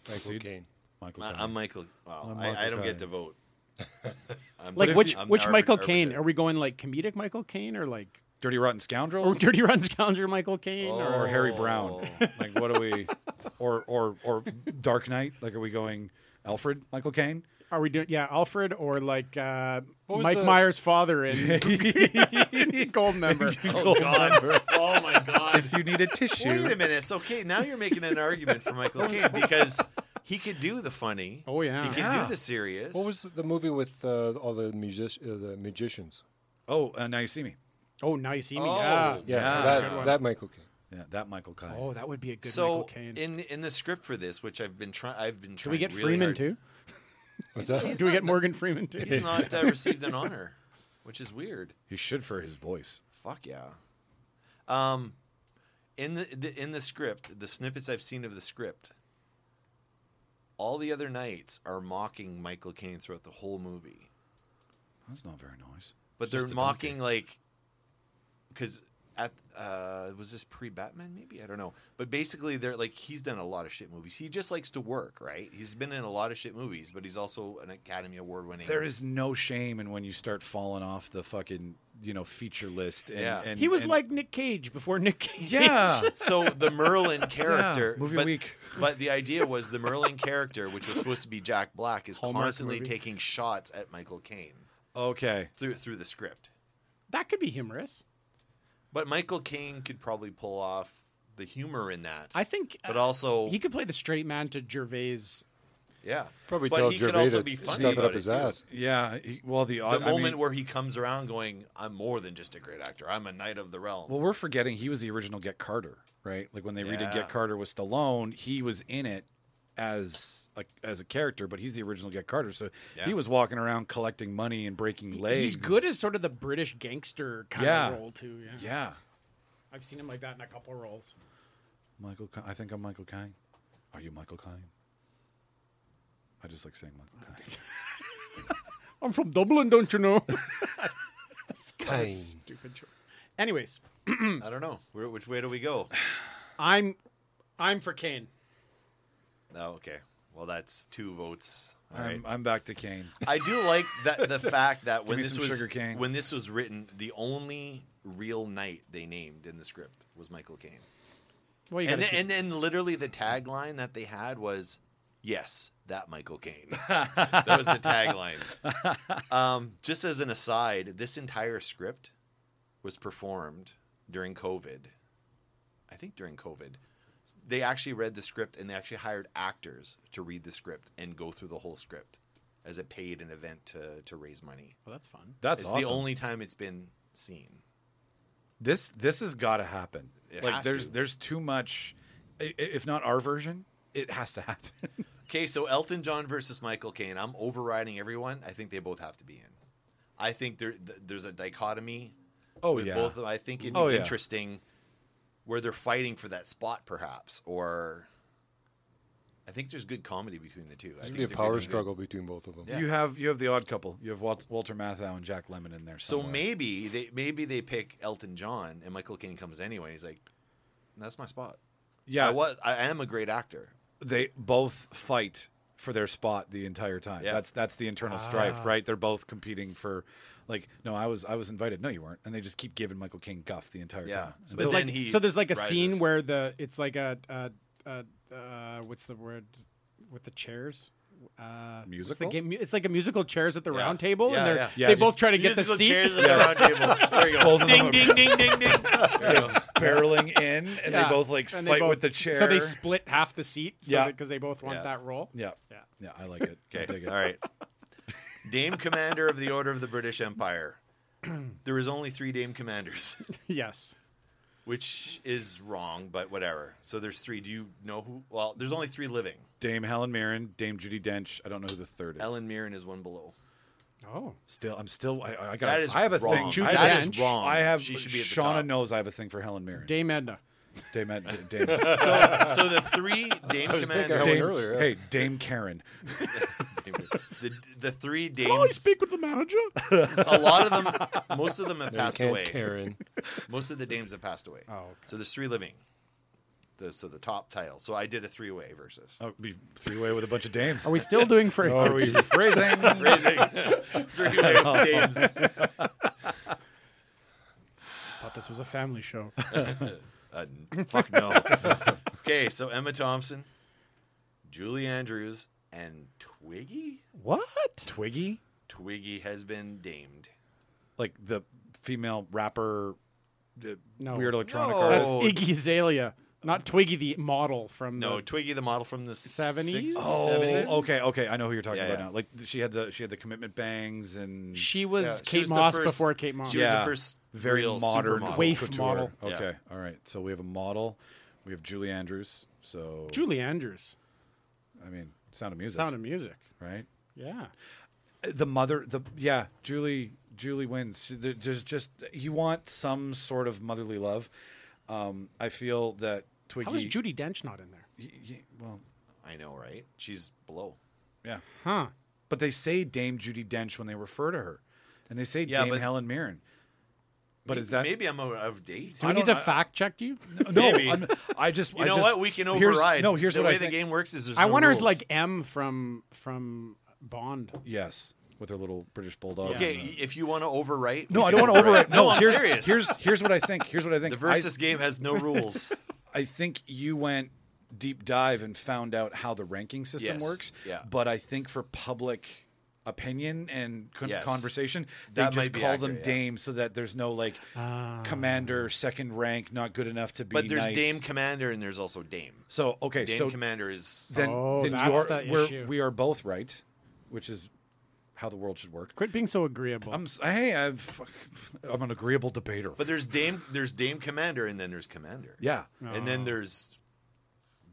Speaker 5: Michael Caine.
Speaker 3: Michael.
Speaker 2: Ma-
Speaker 3: Caine.
Speaker 2: I'm Michael. Wow,
Speaker 3: I'm
Speaker 2: I, I
Speaker 3: Michael
Speaker 2: don't get
Speaker 3: Caine.
Speaker 2: to vote. I'm
Speaker 4: Like
Speaker 2: the-
Speaker 4: which
Speaker 2: I'm the
Speaker 4: which
Speaker 2: arbit-
Speaker 4: Michael
Speaker 2: arbiter.
Speaker 4: Caine? Are we going like comedic Michael Caine or like
Speaker 3: Dirty Rotten Scoundrels
Speaker 4: or Dirty Run Scoundrel Michael Caine
Speaker 3: or
Speaker 4: or
Speaker 3: Harry Brown?
Speaker 2: Oh.
Speaker 3: like what are we? Or or or Dark Knight? Like are we going Alfred Michael Caine?
Speaker 4: are we doing yeah Alfred or like uh,
Speaker 5: was
Speaker 4: Mike
Speaker 5: the-
Speaker 4: Myers' father in Gold Member?
Speaker 2: Oh God! oh my God!
Speaker 3: If you need a tissue,
Speaker 2: Wait a minute. It's okay. Now you're making an argument for Michael Caine because he could do the funny.
Speaker 4: Oh
Speaker 2: He
Speaker 4: yeah,
Speaker 2: can
Speaker 3: Yeah.
Speaker 2: do the serious.
Speaker 5: What was the movie with uh, all the music uh, the magicians?
Speaker 3: Oh, uh, now you see me.
Speaker 4: oh now you see me.
Speaker 2: Oh.
Speaker 4: Yeah.
Speaker 5: Yeah,
Speaker 3: Yeah.
Speaker 4: Good one.
Speaker 5: that, that Michael Caine.
Speaker 3: Yeah, that Michael Caine.
Speaker 4: Oh, that would be a good Michael
Speaker 2: so
Speaker 4: Caine.
Speaker 2: in in the script for this, which I've been trying, I've been
Speaker 4: do
Speaker 2: trying.
Speaker 4: we get
Speaker 2: really
Speaker 4: Freeman
Speaker 2: hard-
Speaker 4: too?
Speaker 5: What's that?
Speaker 4: Do we get Morgan Freeman too?
Speaker 2: He's not uh, received an honor, which is weird.
Speaker 3: He should for his voice.
Speaker 2: Fuck yeah. Um, in the, the in the script, the snippets I've seen of the script, all the other knights are mocking Michael Caine throughout the whole movie,
Speaker 3: That's not very nice.
Speaker 2: but they're mocking like because at uh was this pre Batman maybe I don't know, but basically they're like he's done a lot of shit movies. He just likes to work, right? He's been in a lot of shit movies, but he's also an Academy Award winning.
Speaker 3: There is no shame in when you start falling off the fucking you know feature list. And,
Speaker 2: Yeah.
Speaker 3: and-
Speaker 4: He was
Speaker 3: and-
Speaker 4: like Nick Cage before Nick Cage.
Speaker 3: yeah.
Speaker 2: So the Merlin character,
Speaker 3: movie
Speaker 2: but,
Speaker 3: week.
Speaker 2: but the idea was the Merlin character, which was supposed to be Jack Black, is
Speaker 4: Hallmark
Speaker 2: constantly
Speaker 4: movie.
Speaker 2: taking shots at Michael Caine
Speaker 3: okay,
Speaker 2: through through the script.
Speaker 4: That could be humorous.
Speaker 2: But Michael Caine could probably pull off the humor in that.
Speaker 4: I think
Speaker 2: but
Speaker 4: uh,
Speaker 2: also,
Speaker 4: he could play the straight man to Gervais
Speaker 2: Yeah.
Speaker 5: Probably
Speaker 2: but
Speaker 5: tell
Speaker 2: he can
Speaker 5: Gervais
Speaker 2: also
Speaker 5: to
Speaker 2: be funny
Speaker 5: stuff it
Speaker 2: about
Speaker 5: up his
Speaker 2: too.
Speaker 5: ass.
Speaker 3: Yeah. he- well, the,
Speaker 2: The moment where he comes around going, I'm more than just a great actor. I'm a knight of the realm.
Speaker 3: well, we're forgetting he was the original Get Carter, right? Like when they redid
Speaker 2: Yeah.
Speaker 3: Get Carter with Stallone, he was in it as a, as a character, but he's the original Get Carter, so
Speaker 2: Yeah.
Speaker 3: he was walking around collecting money and breaking legs.
Speaker 4: He's good as sort of the British gangster kind of
Speaker 3: Yeah.
Speaker 4: role too. Yeah.
Speaker 3: yeah.
Speaker 4: I've seen him like that in a couple of roles.
Speaker 3: Michael, Ki- I think I'm Michael Caine. Are you Michael Caine? I just like saying Michael Caine.
Speaker 4: I'm from Dublin, don't you know?
Speaker 5: Kane.
Speaker 4: Stupid. joke. Anyways,
Speaker 2: I don't know. Where, which way do we go?
Speaker 4: I'm I'm for Kane.
Speaker 2: Oh, okay. Well, that's two votes. All right.
Speaker 3: I'm, I'm back to Caine.
Speaker 2: I do like that the fact that when
Speaker 3: me
Speaker 2: this
Speaker 3: some
Speaker 2: was
Speaker 3: sugar cane.
Speaker 2: when this was written, the only real knight they named in the script was Michael Caine.
Speaker 4: Well, you
Speaker 2: And
Speaker 4: gotta
Speaker 2: then,
Speaker 4: keep-
Speaker 2: and then literally the tagline that they had was, "Yes, that Michael Caine." that was the tagline. Um, just as an aside, this entire script was performed during COVID. I think during COVID, they actually read the script and they actually hired actors to read the script and go through the whole script as a paid an event to to raise money.
Speaker 4: well, that's fun.
Speaker 3: That's
Speaker 2: it's
Speaker 3: awesome.
Speaker 2: the only time it's been seen.
Speaker 3: this this has got to happen.
Speaker 2: It
Speaker 3: like
Speaker 2: has
Speaker 3: there's
Speaker 2: to.
Speaker 3: there's too much. i- i- If not our version, it has to happen.
Speaker 2: Okay, so Elton John versus Michael Caine. I'm overriding everyone. I think they both have to be in. I think there th- there's a dichotomy
Speaker 3: Oh
Speaker 2: with
Speaker 3: yeah.
Speaker 2: both of them. I think it'd be
Speaker 3: Oh, yeah.
Speaker 2: interesting where they're fighting for that spot, perhaps, or I think there's good comedy between the two. I
Speaker 5: There'd
Speaker 2: think
Speaker 5: be a
Speaker 2: they're
Speaker 5: power
Speaker 2: good-
Speaker 5: struggle between both of them.
Speaker 2: Yeah.
Speaker 3: You have you have the odd couple. You have Walt, Walter Matthau and Jack Lemmon in there.
Speaker 2: So
Speaker 3: somewhere.
Speaker 2: maybe they maybe they pick Elton John and Michael Caine comes anyway. He's like, that's my spot.
Speaker 3: yeah,
Speaker 2: I was I am a great actor.
Speaker 3: they both fight for their spot the entire time.
Speaker 2: Yeah.
Speaker 3: That's that's the internal strife, right? They're both competing for, like, no, I was I was invited, no, you weren't, and they just keep giving Michael King guff the entire
Speaker 2: Yeah.
Speaker 3: time.
Speaker 2: So
Speaker 3: Until-
Speaker 2: But
Speaker 4: So,
Speaker 2: then
Speaker 4: like,
Speaker 2: he
Speaker 4: so there's like a
Speaker 2: rises.
Speaker 4: scene where the it's like a, a, a, uh what's the word with the chairs. Uh, what's the
Speaker 3: Musical?
Speaker 4: game? It's like a musical chairs at the
Speaker 2: Yeah.
Speaker 4: round table,
Speaker 2: Yeah,
Speaker 4: and they're,
Speaker 2: yeah.
Speaker 3: Yes.
Speaker 4: they both try to get
Speaker 2: Musical
Speaker 4: the seat.
Speaker 2: chairs at the round table. There you go.
Speaker 3: both of them ding, ding, ding, ding, barreling in, and
Speaker 4: Yeah.
Speaker 3: they both like
Speaker 4: And they
Speaker 3: fight
Speaker 4: both-
Speaker 3: with the chair.
Speaker 4: So they split half the seat, so
Speaker 3: Yeah.
Speaker 4: because they both want
Speaker 2: Yeah.
Speaker 4: that role.
Speaker 3: Yeah,
Speaker 4: Yeah.
Speaker 3: yeah, I like it. I
Speaker 2: Okay.
Speaker 3: dig it.
Speaker 2: All right. Dame Commander of the Order of the British Empire. There is only three Dame Commanders,
Speaker 4: Yes.
Speaker 2: which is wrong, but whatever. So there's three. Do you know who? Well, there's only three living.
Speaker 3: Dame Helen Mirren, Dame Judy Dench. I don't know who the third is.
Speaker 2: Ellen Mirren is one below.
Speaker 4: Oh,
Speaker 3: Still, I'm still. I, I got.
Speaker 2: That is
Speaker 3: I have a
Speaker 2: wrong.
Speaker 3: thing.
Speaker 4: Judi
Speaker 3: I have,
Speaker 4: Dench.
Speaker 2: wrong.
Speaker 3: I have.
Speaker 2: She should be at the
Speaker 3: Shauna
Speaker 2: top.
Speaker 3: knows I have a thing for Helen Mirren.
Speaker 4: Dame Edna.
Speaker 3: Dame. uh, Dame. Dame,
Speaker 2: So, so the three Dame
Speaker 5: was thinking
Speaker 2: Commanders.
Speaker 5: Helen Mirren. earlier, yeah.
Speaker 3: Hey, Dame Karen.
Speaker 2: the, the three
Speaker 4: Oh, I
Speaker 2: Dames.
Speaker 4: speak with the manager.
Speaker 2: A lot of them, most of them have
Speaker 5: No, you
Speaker 2: passed
Speaker 5: can't,
Speaker 2: away.
Speaker 5: Karen.
Speaker 2: Most of the Dames have passed away.
Speaker 4: Oh, okay.
Speaker 2: So there's three living. The, so the top title. So I did a three way versus.
Speaker 3: Oh, be three way with a bunch of dames. Oh,
Speaker 4: Are we still doing for?
Speaker 3: Are we phrasing?
Speaker 2: Raising three way
Speaker 5: Oh.
Speaker 2: Dames.
Speaker 4: I thought this was a family show.
Speaker 2: Uh, n- fuck no. okay, so Emma Thompson, Julie Andrews, and Twiggy.
Speaker 4: what?
Speaker 3: Twiggy,
Speaker 2: Twiggy has been damed.
Speaker 3: like the female rapper, the
Speaker 4: No.
Speaker 3: weird electronic
Speaker 2: No.
Speaker 4: That's
Speaker 3: artist.
Speaker 2: Oh.
Speaker 4: Iggy Azalea, not Twiggy the model from
Speaker 2: No,
Speaker 4: the
Speaker 2: Twiggy, the model from the
Speaker 4: 70s?
Speaker 3: Oh,
Speaker 2: 70s.
Speaker 3: okay, okay. I know who you're talking
Speaker 2: Yeah,
Speaker 3: about
Speaker 2: yeah.
Speaker 3: now. Like she had the she had the commitment bangs and
Speaker 4: She was
Speaker 2: Yeah, she
Speaker 4: Kate
Speaker 2: was the
Speaker 4: Moss
Speaker 2: first-
Speaker 4: before Kate Moss.
Speaker 2: she was- the first
Speaker 3: very
Speaker 2: real
Speaker 3: modern
Speaker 2: supermodel.
Speaker 4: Waif
Speaker 3: couture.
Speaker 4: model.
Speaker 2: Yeah.
Speaker 3: Okay, all right. So we have a model. We have Julie Andrews. So
Speaker 4: Julie Andrews.
Speaker 3: I mean, Sound of Music,
Speaker 4: Sound of Music.
Speaker 3: right?
Speaker 4: Yeah.
Speaker 3: the mother the yeah julie julie wins She- there- there's just you want some sort of motherly love um i feel that twiggy
Speaker 4: How is Judy Dench not in there?
Speaker 3: y- y- well
Speaker 2: I know, right? She's below.
Speaker 3: yeah
Speaker 4: Huh.
Speaker 3: but they say dame judy dench when they refer to her and they say
Speaker 2: Yeah,
Speaker 3: dame
Speaker 2: but-
Speaker 3: helen mirren but
Speaker 2: maybe,
Speaker 3: is that
Speaker 2: maybe I'm out of date?
Speaker 4: Do we
Speaker 3: I
Speaker 4: need to
Speaker 3: don't- I-
Speaker 4: fact check you?
Speaker 3: no
Speaker 2: maybe.
Speaker 3: I'm- i just
Speaker 2: You
Speaker 3: I
Speaker 2: know
Speaker 3: just-
Speaker 2: what? We can
Speaker 3: here's-
Speaker 2: override.
Speaker 3: no here's
Speaker 2: the
Speaker 3: what
Speaker 2: way the
Speaker 3: I think.
Speaker 2: game works is there's
Speaker 4: I
Speaker 2: no
Speaker 4: wonder
Speaker 2: rules.
Speaker 4: is like M from from Bond.
Speaker 3: yes with her little british bulldog
Speaker 2: okay,
Speaker 3: and, uh,
Speaker 2: y- if you want to overwrite.
Speaker 3: no
Speaker 2: we
Speaker 3: i
Speaker 2: can
Speaker 3: don't want to override
Speaker 2: No, I'm
Speaker 3: here's,
Speaker 2: serious.
Speaker 3: here's here's what i think here's what i think
Speaker 2: the
Speaker 3: I-
Speaker 2: versus game has no rules.
Speaker 3: I think you went deep dive and found out how the ranking system
Speaker 2: Yes,
Speaker 3: works.
Speaker 2: yeah.
Speaker 3: But I think for public opinion and con-
Speaker 2: Yes.
Speaker 3: conversation. They
Speaker 2: That
Speaker 3: just
Speaker 2: might be
Speaker 3: call them
Speaker 2: accurate, yeah.
Speaker 3: Dame so that there's no like
Speaker 4: Ah.
Speaker 3: commander second rank not good enough to be.
Speaker 2: But there's
Speaker 3: nice.
Speaker 2: Dame Commander and there's also Dame.
Speaker 3: So okay,
Speaker 2: Dame
Speaker 3: so
Speaker 2: Commander is
Speaker 3: then,
Speaker 4: Oh,
Speaker 3: then
Speaker 4: that's
Speaker 3: you're,
Speaker 4: the
Speaker 3: we're,
Speaker 4: issue.
Speaker 3: we are both right, which is how the world should work.
Speaker 4: Quit being so agreeable.
Speaker 3: I'm s- hey, I'm, I'm an agreeable debater.
Speaker 2: but there's Dame there's Dame Commander and then there's Commander.
Speaker 3: yeah,
Speaker 2: And then there's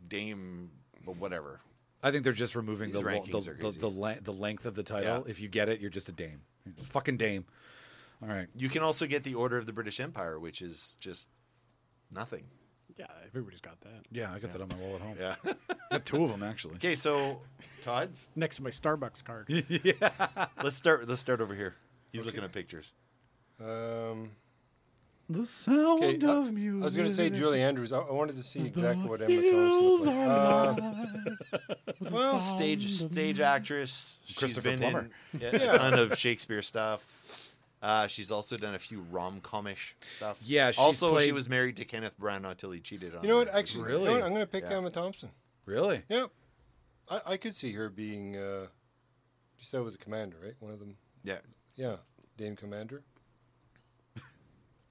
Speaker 2: Dame but whatever.
Speaker 3: I think they're just removing the,
Speaker 2: These
Speaker 3: lo- the,
Speaker 2: rankings are
Speaker 3: the,
Speaker 2: crazy.
Speaker 3: the, le- the length of the title.
Speaker 2: Yeah.
Speaker 3: If you get it, you're just a dame. You're just a fucking dame. All right.
Speaker 2: You can also get the Order of the British Empire, which is just nothing.
Speaker 4: yeah, everybody's got that.
Speaker 3: Yeah, I got that on my wall at home.
Speaker 2: Yeah.
Speaker 3: I have two of them actually.
Speaker 2: okay, so Todd's
Speaker 4: Next to my Starbucks card.
Speaker 2: let's start let's start over here. He's looking at pictures.
Speaker 5: Um,
Speaker 3: The sound
Speaker 5: okay,
Speaker 2: uh,
Speaker 5: I,
Speaker 3: of
Speaker 5: I
Speaker 3: music.
Speaker 5: was going to say Julie Andrews. I, I wanted to see exactly what Emma Thompson looked like. Uh,
Speaker 2: Well, stage stage actress.
Speaker 3: Christopher
Speaker 2: she's been
Speaker 3: Plummer.
Speaker 2: in a- a ton of Shakespeare stuff. Uh, she's also done a few rom comish stuff.
Speaker 3: Yeah, she's
Speaker 2: also she
Speaker 3: played-
Speaker 2: was married to Kenneth Branagh until he cheated on.
Speaker 5: you know what?
Speaker 2: her.
Speaker 5: Actually, you know
Speaker 3: Really?
Speaker 5: what? I'm going to pick
Speaker 2: Yeah.
Speaker 5: Emma Thompson.
Speaker 3: Really?
Speaker 5: Yeah, I, I could see her being. Uh, you said it was a commander, right? One of them.
Speaker 2: yeah,
Speaker 5: Yeah, Dame Commander.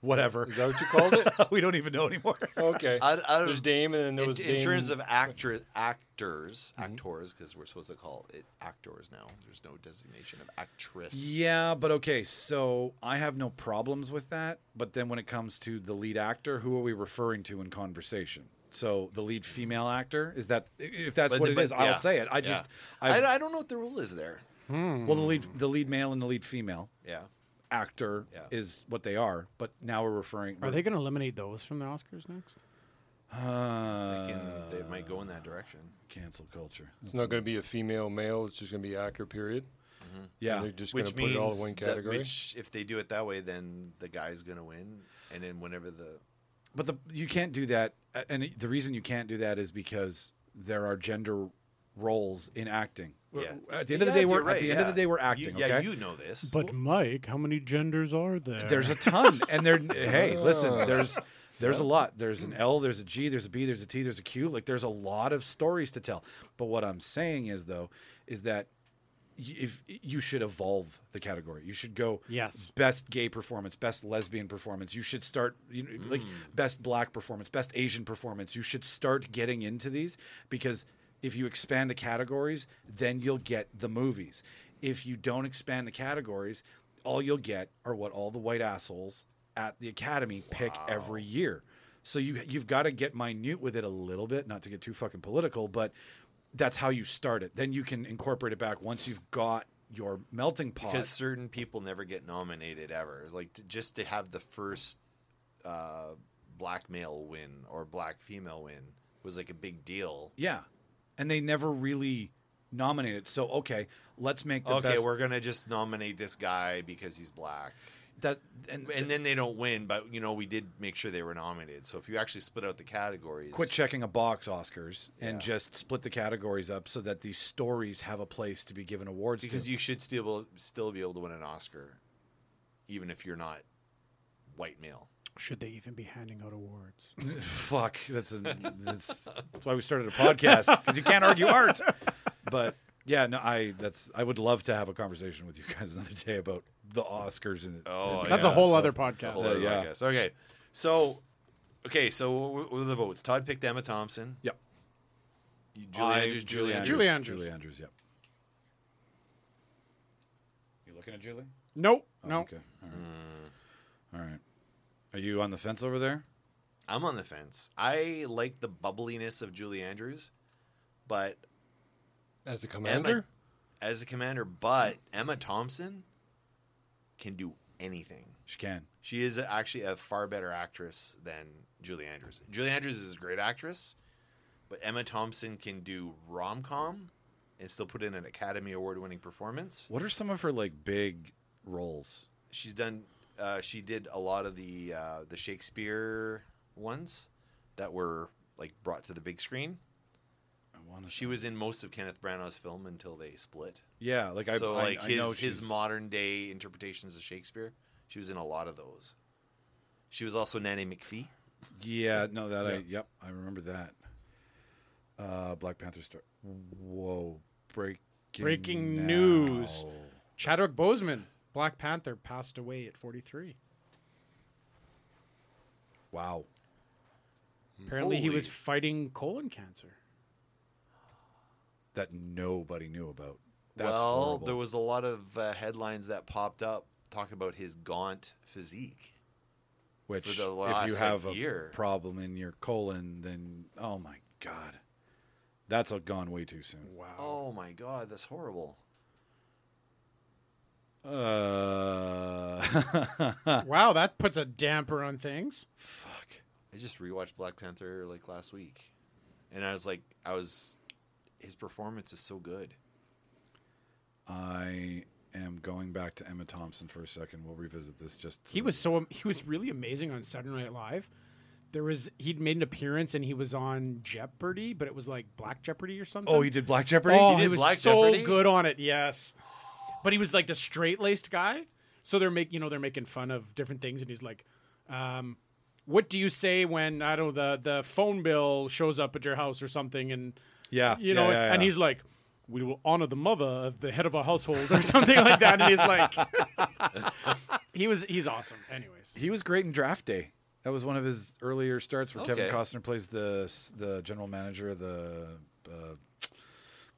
Speaker 3: Whatever.
Speaker 5: Is that what you called it?
Speaker 3: we don't even know anymore.
Speaker 5: Okay.
Speaker 2: I, I don't,
Speaker 5: There's Dame, and then there
Speaker 2: in,
Speaker 5: was
Speaker 2: in
Speaker 5: Dame-
Speaker 2: terms of actor, actors,
Speaker 3: Mm-hmm.
Speaker 2: actors, because we're supposed to call it actors now. There's no designation of actress.
Speaker 3: Yeah, but okay. So I have no problems with that. But then when it comes to the lead actor, who are we referring to in conversation? So the lead female actor is that if that's
Speaker 2: But-
Speaker 3: what it
Speaker 2: but-
Speaker 3: is, I'll
Speaker 2: yeah,
Speaker 3: say it. I
Speaker 2: yeah.
Speaker 3: just
Speaker 2: I,
Speaker 3: I've-
Speaker 2: I don't know what the rule is there.
Speaker 3: well the
Speaker 2: Hmm.
Speaker 3: lead the lead male and the lead female
Speaker 2: Yeah,
Speaker 3: actor
Speaker 2: Yeah.
Speaker 3: is what they are. But now we're referring.
Speaker 4: Are they going to eliminate those from the Oscars next?
Speaker 2: they,
Speaker 3: Uh,
Speaker 2: can, they might go in that direction.
Speaker 3: cancel culture.
Speaker 5: It's not going to be a female, male. It's just going to be actor. Period.
Speaker 3: Yeah.
Speaker 5: They're just going to
Speaker 2: Which
Speaker 5: put
Speaker 2: means
Speaker 5: it all in one
Speaker 2: that-
Speaker 5: category.
Speaker 2: which, if they do it that way, then the guy's gonna win, and then whenever the
Speaker 3: But the, you can't do that, a- and it- the reason you can't do that is because there are gender roles in acting. We're-
Speaker 2: Yeah.
Speaker 3: At the end of the
Speaker 2: Yeah,
Speaker 3: day, we're
Speaker 2: you're right,
Speaker 3: at the end of
Speaker 2: yeah.
Speaker 3: the day we're
Speaker 2: You-
Speaker 3: acting.
Speaker 2: yeah,
Speaker 3: okay?
Speaker 2: you know this.
Speaker 4: But Mike, how many genders are there?
Speaker 3: there's a ton, and there. hey, listen, there's there's a lot. There's an L, there's a G, there's a B, there's a T, there's a Q. Like there's a lot of stories to tell. But what I'm saying is though, is that y- if you should evolve the category, you should go
Speaker 4: Yes.
Speaker 3: best gay performance, best lesbian performance. You should start you know, like best black performance, best Asian performance. You should start getting into these because if you expand the categories, then you'll get the movies. If you don't expand the categories, all you'll get are what all the white assholes at the academy pick every year. So you you've got to get minute with it a little bit, not to get too fucking political, but that's how you start it. Then you can incorporate it back once you've got your melting pot.
Speaker 2: because certain people never get nominated ever. Like to, just to have the first uh, black male win or black female win was like a big deal.
Speaker 3: Yeah. And they never really nominate it. So okay, let's make the
Speaker 2: okay,
Speaker 3: best
Speaker 2: we're gonna just nominate this guy because he's black,
Speaker 3: that and,
Speaker 2: and then they don't win. But you know, we did make sure they were nominated. So if you actually split out the categories,
Speaker 3: quit checking a box Oscars and
Speaker 2: Yeah.
Speaker 3: just split the categories up so that these stories have a place to be given awards
Speaker 2: because
Speaker 3: to.
Speaker 2: you should still still be able to win an Oscar, even if you're not white male.
Speaker 4: Should they even be handing out awards?
Speaker 3: Fuck, that's a, that's, that's why we started a podcast because you can't argue art. But yeah, no, I that's I would love to have a conversation with you guys another day about the Oscars and
Speaker 2: Oh,
Speaker 3: and
Speaker 4: That's
Speaker 2: yeah,
Speaker 4: a whole
Speaker 3: stuff.
Speaker 4: other
Speaker 2: It's a
Speaker 4: podcast.
Speaker 2: whole other
Speaker 3: yeah.
Speaker 2: podcast. Okay. So, okay. So what were the votes? Todd picked Emma Thompson.
Speaker 3: Yep.
Speaker 2: Julie
Speaker 3: I-
Speaker 2: Andrews. Julie Andrews.
Speaker 4: Julie Andrews.
Speaker 3: Julie Andrews. Yep. You looking at Julie?
Speaker 4: Nope.
Speaker 3: Oh,
Speaker 4: no.
Speaker 3: Okay. All right. All right. Are you on the fence over there?
Speaker 2: I'm on the fence. I like the bubbliness of Julie Andrews, but
Speaker 5: As a commander,
Speaker 2: as a commander, but Emma Thompson can do anything.
Speaker 3: She can.
Speaker 2: She is actually a far better actress than Julie Andrews. Julie Andrews is a great actress, but Emma Thompson can do rom com and still put in an Academy Award winning performance.
Speaker 3: What are some of her like big roles?
Speaker 2: she's done uh, she did a lot of the uh, the Shakespeare ones that were like brought to the big screen.
Speaker 3: I want to.
Speaker 2: She was in most of Kenneth Branagh's film until they split.
Speaker 3: Yeah, like I.
Speaker 2: so
Speaker 3: I-
Speaker 2: like
Speaker 3: I
Speaker 2: his
Speaker 3: know
Speaker 2: his
Speaker 3: she's-
Speaker 2: modern day interpretations of Shakespeare, she was in a lot of those. She was also Nanny McPhee.
Speaker 3: Yeah, no, that I.
Speaker 5: Yeah.
Speaker 3: Yep, I remember that. Uh, Black Panther star. Whoa, breaking
Speaker 4: Breaking
Speaker 3: now. Oh,
Speaker 4: news. Chadwick Boseman, Black Panther, passed away at 43.
Speaker 3: Wow.
Speaker 4: Apparently, he
Speaker 2: Holy.
Speaker 4: was fighting colon cancer.
Speaker 3: That nobody knew about. That's
Speaker 2: well,
Speaker 3: horrible.
Speaker 2: there was a lot of uh, headlines that popped up talking about his gaunt physique.
Speaker 3: Which,
Speaker 2: for the
Speaker 3: if
Speaker 2: last,
Speaker 3: you
Speaker 2: like,
Speaker 3: have a
Speaker 2: year.
Speaker 3: problem in your colon, then oh my god, that's a gone way too soon.
Speaker 4: Wow.
Speaker 2: Oh my god, that's horrible.
Speaker 3: Uh,
Speaker 4: Wow, that puts a damper on things.
Speaker 3: fuck.
Speaker 2: I just rewatched Black Panther like last week, and I was like, I was, his performance is so good.
Speaker 3: I am going back to Emma Thompson for a second. We'll revisit this. Just
Speaker 4: He was so he was really amazing on Saturday Night Live. There was he'd made an appearance and he was on Jeopardy, but it was like Black Jeopardy or something.
Speaker 3: Oh, he did Black Jeopardy.
Speaker 4: Oh,
Speaker 2: He did
Speaker 4: he was
Speaker 2: Black
Speaker 4: so
Speaker 2: Jeopardy?
Speaker 4: good on it. Yes, but he was like the straight laced guy. So they're making you know they're making fun of different things, and he's like, um, "What do you say when I don't know the the phone bill shows up at your house or something?" And
Speaker 3: yeah,
Speaker 4: you
Speaker 3: yeah,
Speaker 4: know,
Speaker 3: yeah,
Speaker 4: and
Speaker 3: yeah.
Speaker 4: he's like, "We will honor the mother of the head of our household" or something like that. And he's like, he was he's awesome. Anyways,
Speaker 3: He was great in Draft Day. That was one of his earlier starts where Kevin
Speaker 2: Okay.
Speaker 3: Costner plays the the general manager of the uh,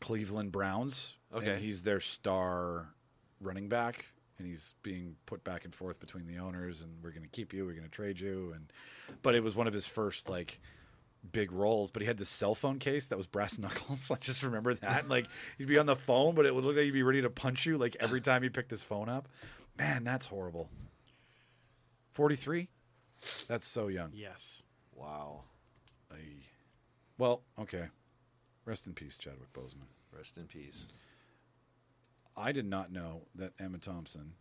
Speaker 3: Cleveland Browns.
Speaker 2: Okay.
Speaker 3: and he's their star running back, and he's being put back and forth between the owners, and we're going to keep you, we're going to trade you, and but it was one of his first like big roles. But he had this cell phone case that was brass knuckles. I just remember that. Like he'd be on the phone, but it would look like he'd be ready to punch you like every time he picked his phone up. Man, that's horrible. 43? That's so young.
Speaker 4: yes,
Speaker 2: Wow.
Speaker 3: Aye. Well, okay. Rest in peace, Chadwick Boseman.
Speaker 2: Rest in peace.
Speaker 3: I did not know that Emma Thompson.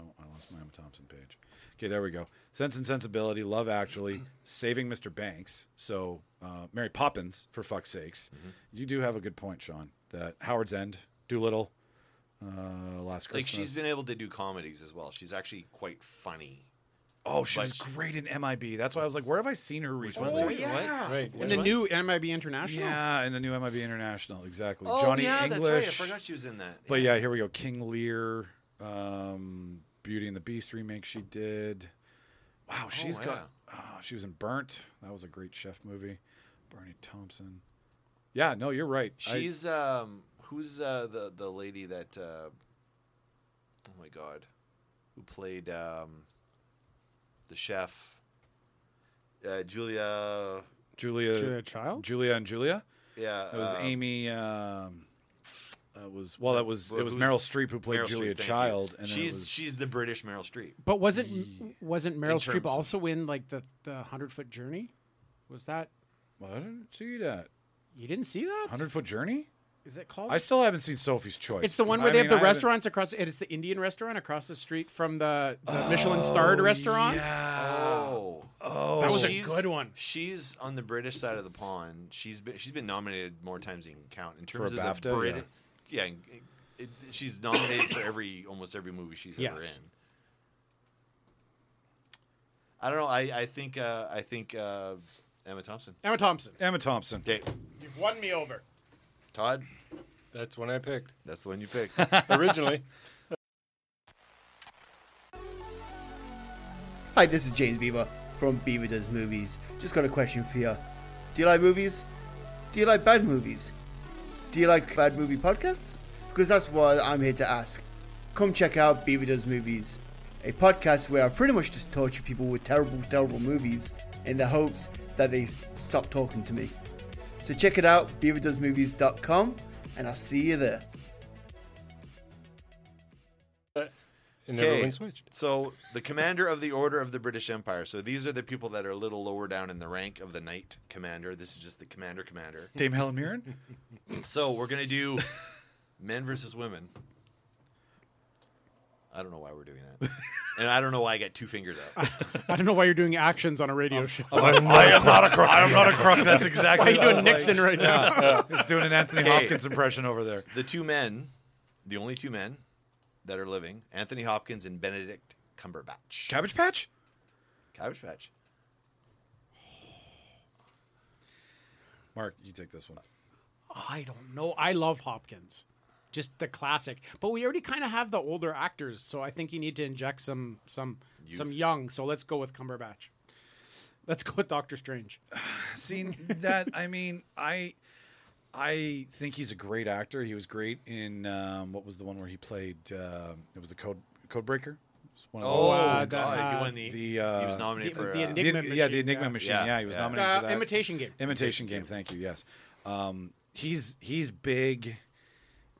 Speaker 3: Oh, I lost my Emma Thompson page. Okay, there we go. Sense and Sensibility, Love Actually, Saving Mr. Banks. So, uh, Mary Poppins, for fuck's sakes.
Speaker 2: Mm-hmm.
Speaker 3: You do have a good point, Sean. That Howard's End, Doolittle, uh, Last Christmas.
Speaker 2: Like she's been able to do comedies as well. She's actually quite funny.
Speaker 3: Oh, she was
Speaker 2: but-
Speaker 3: great in MIB. That's why I was like, where have I seen her recently?
Speaker 2: one's it? What?
Speaker 5: Right.
Speaker 4: in the new MIB International.
Speaker 3: Yeah, in the new MIB International, exactly.
Speaker 2: Oh,
Speaker 3: Johnny
Speaker 2: yeah,
Speaker 3: English.
Speaker 2: that's right. I forgot she was in that.
Speaker 3: But yeah, here we go. King Lear, um, Beauty and the Beast remake she did. Wow, she's got. Oh, she was in Burnt. That was a great chef movie. Barney Thompson. Yeah, no, you're right. I-
Speaker 2: She's um who's uh the the lady that uh oh my god who played um the chef uh Julia
Speaker 3: Julia,
Speaker 4: Julia
Speaker 3: Julia.
Speaker 4: Child.
Speaker 3: and Julia.
Speaker 2: yeah
Speaker 3: It was
Speaker 2: um,
Speaker 3: Amy. Um, it was well. That was
Speaker 2: Well,
Speaker 3: it was
Speaker 2: who's-
Speaker 3: Meryl Streep who played
Speaker 2: Meryl Streep,
Speaker 3: Julia
Speaker 2: thank you.
Speaker 3: Child. then it
Speaker 2: she's
Speaker 3: was-
Speaker 2: she's the British Meryl Streep.
Speaker 4: But wasn't wasn't Meryl
Speaker 2: terms
Speaker 4: Streep
Speaker 2: of-
Speaker 4: also in like the the hundred foot journey? Was that
Speaker 3: Well, I didn't see that.
Speaker 4: you didn't see that?
Speaker 3: Hundred Foot Journey.
Speaker 4: Is it called?
Speaker 3: I still haven't seen Sophie's Choice.
Speaker 4: it's the one where
Speaker 3: I
Speaker 4: they
Speaker 3: mean,
Speaker 4: have
Speaker 3: I
Speaker 4: the
Speaker 3: haven't-
Speaker 4: restaurants across. It's the Indian restaurant across the street from the, the Michelin starred restaurant.
Speaker 3: Oh, Yeah.
Speaker 2: Oh.
Speaker 3: Oh,
Speaker 4: That was a good one.
Speaker 2: She's on the British side of the pond. She's been she's been nominated more times than you can count in
Speaker 3: a
Speaker 2: terms of the
Speaker 3: BAFTA,
Speaker 2: Brit. Yeah, and it, she's nominated for every almost every movie she's ever in.
Speaker 4: Yes.
Speaker 2: I don't know. I I think uh, I think uh, Emma Thompson.
Speaker 4: Emma Thompson.
Speaker 3: Emma Thompson.
Speaker 2: Okay,
Speaker 4: You've won me over.
Speaker 2: Todd,
Speaker 5: That's when I picked
Speaker 2: that's the one you picked.
Speaker 5: originally.
Speaker 6: Hi, this is James Beaver from Beaver Does Movies. Just got a question for you. Do you like movies? Do you like bad movies? Do you like bad movie podcasts? Because that's what I'm here to ask. Come check out Beaver Does Movies, a podcast where I pretty much just torture people with terrible, terrible movies in the hopes that they stop talking to me. So check it out, beaverdoesmovies.com, and I'll see you there.
Speaker 5: And
Speaker 2: Okay.
Speaker 5: everyone switched.
Speaker 2: So the commander of the Order of the British Empire. So these are the people that are a little lower down in the rank of the knight commander. This is just the commander commander.
Speaker 3: Dame Helen Mirren.
Speaker 2: So we're gonna do men versus women. I don't know why we're doing that, and I don't know why I got two fingers up.
Speaker 4: I don't know why you're doing actions on a
Speaker 3: Oh,
Speaker 4: radio show. Why
Speaker 3: I am not a crook. I am not a crook. That's exactly.
Speaker 4: are you doing Nixon right now?
Speaker 3: He's doing an Anthony
Speaker 2: Okay.
Speaker 3: Hopkins impression over there.
Speaker 2: The two men, the only two men that are living, Anthony Hopkins and Benedict Cumberbatch.
Speaker 3: Cabbage Patch.
Speaker 2: Cabbage Patch.
Speaker 3: Mark, you take this one.
Speaker 4: I don't know. I love Hopkins. just the classic. But we already kind of have the older actors, so I think you need to inject some some some
Speaker 2: Youth.
Speaker 4: young. So let's go with Cumberbatch. Let's go with Doctor Strange.
Speaker 3: seen that i mean i i think he's a great actor he was great in um, what was the one where he played um it was the code code breaker
Speaker 2: Oh,
Speaker 4: uh,
Speaker 2: God.
Speaker 4: the, uh,
Speaker 2: he won the,
Speaker 3: the uh,
Speaker 2: he was nominated
Speaker 4: the-
Speaker 2: for
Speaker 4: the
Speaker 2: uh,
Speaker 3: the-
Speaker 4: Enigma
Speaker 3: yeah
Speaker 4: Machine,
Speaker 3: the enigma
Speaker 4: yeah.
Speaker 3: machine
Speaker 2: Yeah,
Speaker 3: yeah, he was
Speaker 2: yeah.
Speaker 3: nominated for
Speaker 4: Uh,
Speaker 3: that
Speaker 4: imitation game.
Speaker 3: imitation game thank you yes um, he's he's big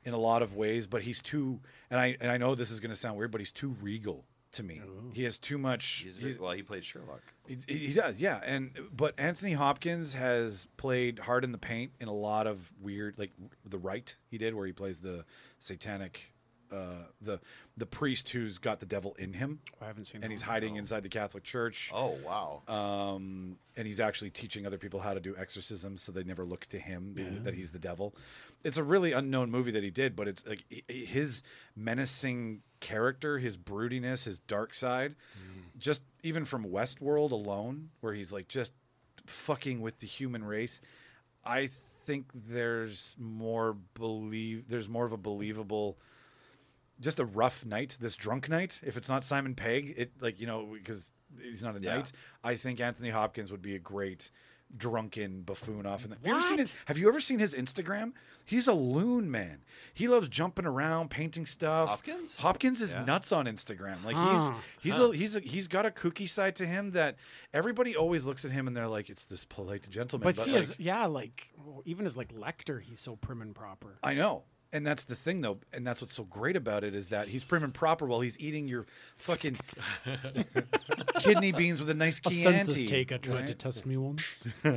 Speaker 3: in a lot of ways but he's too and i and i know this is going to sound weird but he's too regal to me
Speaker 4: Oh.
Speaker 3: he has too much
Speaker 2: he's
Speaker 3: he-
Speaker 2: very- well, he played Sherlock.
Speaker 3: he, he does, yeah. And but Anthony Hopkins has played hard in the paint in a lot of weird, like the right he did, where he plays the satanic, uh, the the priest who's got the devil in him,
Speaker 4: I haven't seen.
Speaker 3: and he's hiding inside the Catholic Church.
Speaker 2: Oh wow,
Speaker 3: Um, and he's actually teaching other people how to do exorcisms, so they never look to him, being that he's the devil. It's a really unknown movie that he did, but it's like h- h- his menacing character, his broodiness, his dark side, just even from Westworld alone, where he's like just fucking with the human race. I think there's more believe there's more of a believable just a rough night, this drunk night. If it's not Simon Pegg, it like you know because he's not a
Speaker 2: Yeah.
Speaker 3: knight. I think Anthony Hopkins would be a great drunken buffoon off. In the, have you ever seen
Speaker 4: What?
Speaker 3: his, Have you ever seen his Instagram? He's a loon man. He loves jumping around, painting stuff.
Speaker 2: Hopkins?
Speaker 3: Hopkins is
Speaker 2: Yeah.
Speaker 3: nuts on Instagram. Like
Speaker 4: Huh.
Speaker 3: he's he's a, he's a, he's got a kooky side to him that everybody always looks at him and they're like, it's this polite gentleman.
Speaker 4: But, see, as
Speaker 3: like-
Speaker 4: yeah, like even as like Lecter, he's so prim and proper.
Speaker 3: I know. And that's the thing, though, and that's what's so great about it is that he's prim and proper while he's eating your fucking kidney beans with a nice
Speaker 4: A census
Speaker 3: Chianti.
Speaker 4: taker tried to
Speaker 3: right?
Speaker 4: test me once.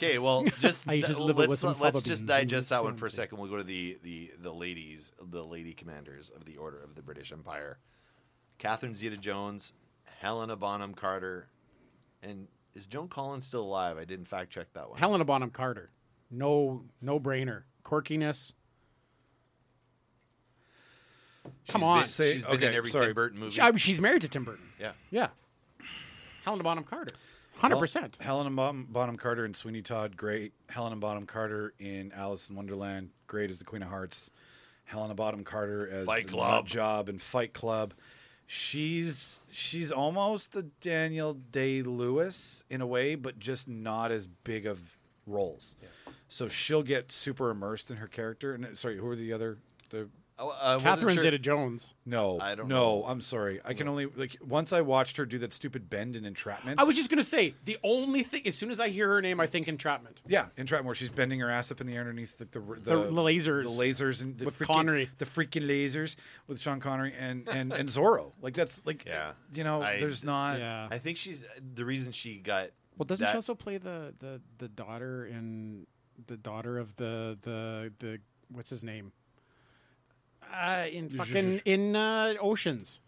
Speaker 2: Okay, well, just,
Speaker 4: I just live it with
Speaker 2: let's
Speaker 4: some
Speaker 2: let's
Speaker 4: fava beans
Speaker 2: just
Speaker 4: and
Speaker 2: digest that one
Speaker 4: corn
Speaker 2: for a
Speaker 4: syrup.
Speaker 2: second. We'll go to the the the ladies, the lady commanders of the Order of the British Empire: Catherine Zeta-Jones, Helena Bonham Carter, and is Joan Collins still alive? I didn't fact check that one.
Speaker 4: Helena Bonham Carter, no no brainer, quirkiness.
Speaker 2: She's
Speaker 4: come on.
Speaker 2: been,
Speaker 3: Say-
Speaker 2: she's been in
Speaker 3: okay,
Speaker 2: every
Speaker 3: sorry.
Speaker 2: Tim Burton movie.
Speaker 4: She, I mean, she's married to Tim Burton.
Speaker 2: yeah,
Speaker 4: Yeah, Helena Bonham Carter, hundred percent.
Speaker 3: Helen Bonham, Bonham Carter and Sweeney Todd, great. Helena Bonham Carter in Alice in Wonderland, great as the Queen of Hearts. Helena Bonham Carter as
Speaker 2: Fight
Speaker 3: the
Speaker 2: Club.
Speaker 3: nut job in Fight Club. She's she's almost a Daniel Day Lewis in a way, but just not as big of roles. So she'll get super immersed in her character. And uh, sorry, who are the other? The
Speaker 2: I, Oh, I wasn't
Speaker 4: Catherine
Speaker 2: sure-
Speaker 4: Zeta-Jones.
Speaker 3: no,
Speaker 2: I don't
Speaker 3: No, I'm sorry. I can only like once I watched her do that stupid bend in Entrapment.
Speaker 4: I was just gonna say the only thing. As soon as I hear her name, I think entrapment.
Speaker 3: Yeah, in Trap where she's bending her ass up in the air underneath the the, the,
Speaker 4: lasers.
Speaker 3: the lasers, and the
Speaker 4: With
Speaker 3: freaking,
Speaker 4: Connery.
Speaker 3: the freaking lasers with Sean Connery and and and Zorro. Like that's like,
Speaker 2: Yeah.
Speaker 3: you know,
Speaker 2: I-
Speaker 3: there's not.
Speaker 2: I think she's the reason she got.
Speaker 4: uh, Well, doesn't
Speaker 2: that-
Speaker 4: she also play the the the daughter in the daughter of the the the what's his name? Uh, in fucking in uh, Oceans,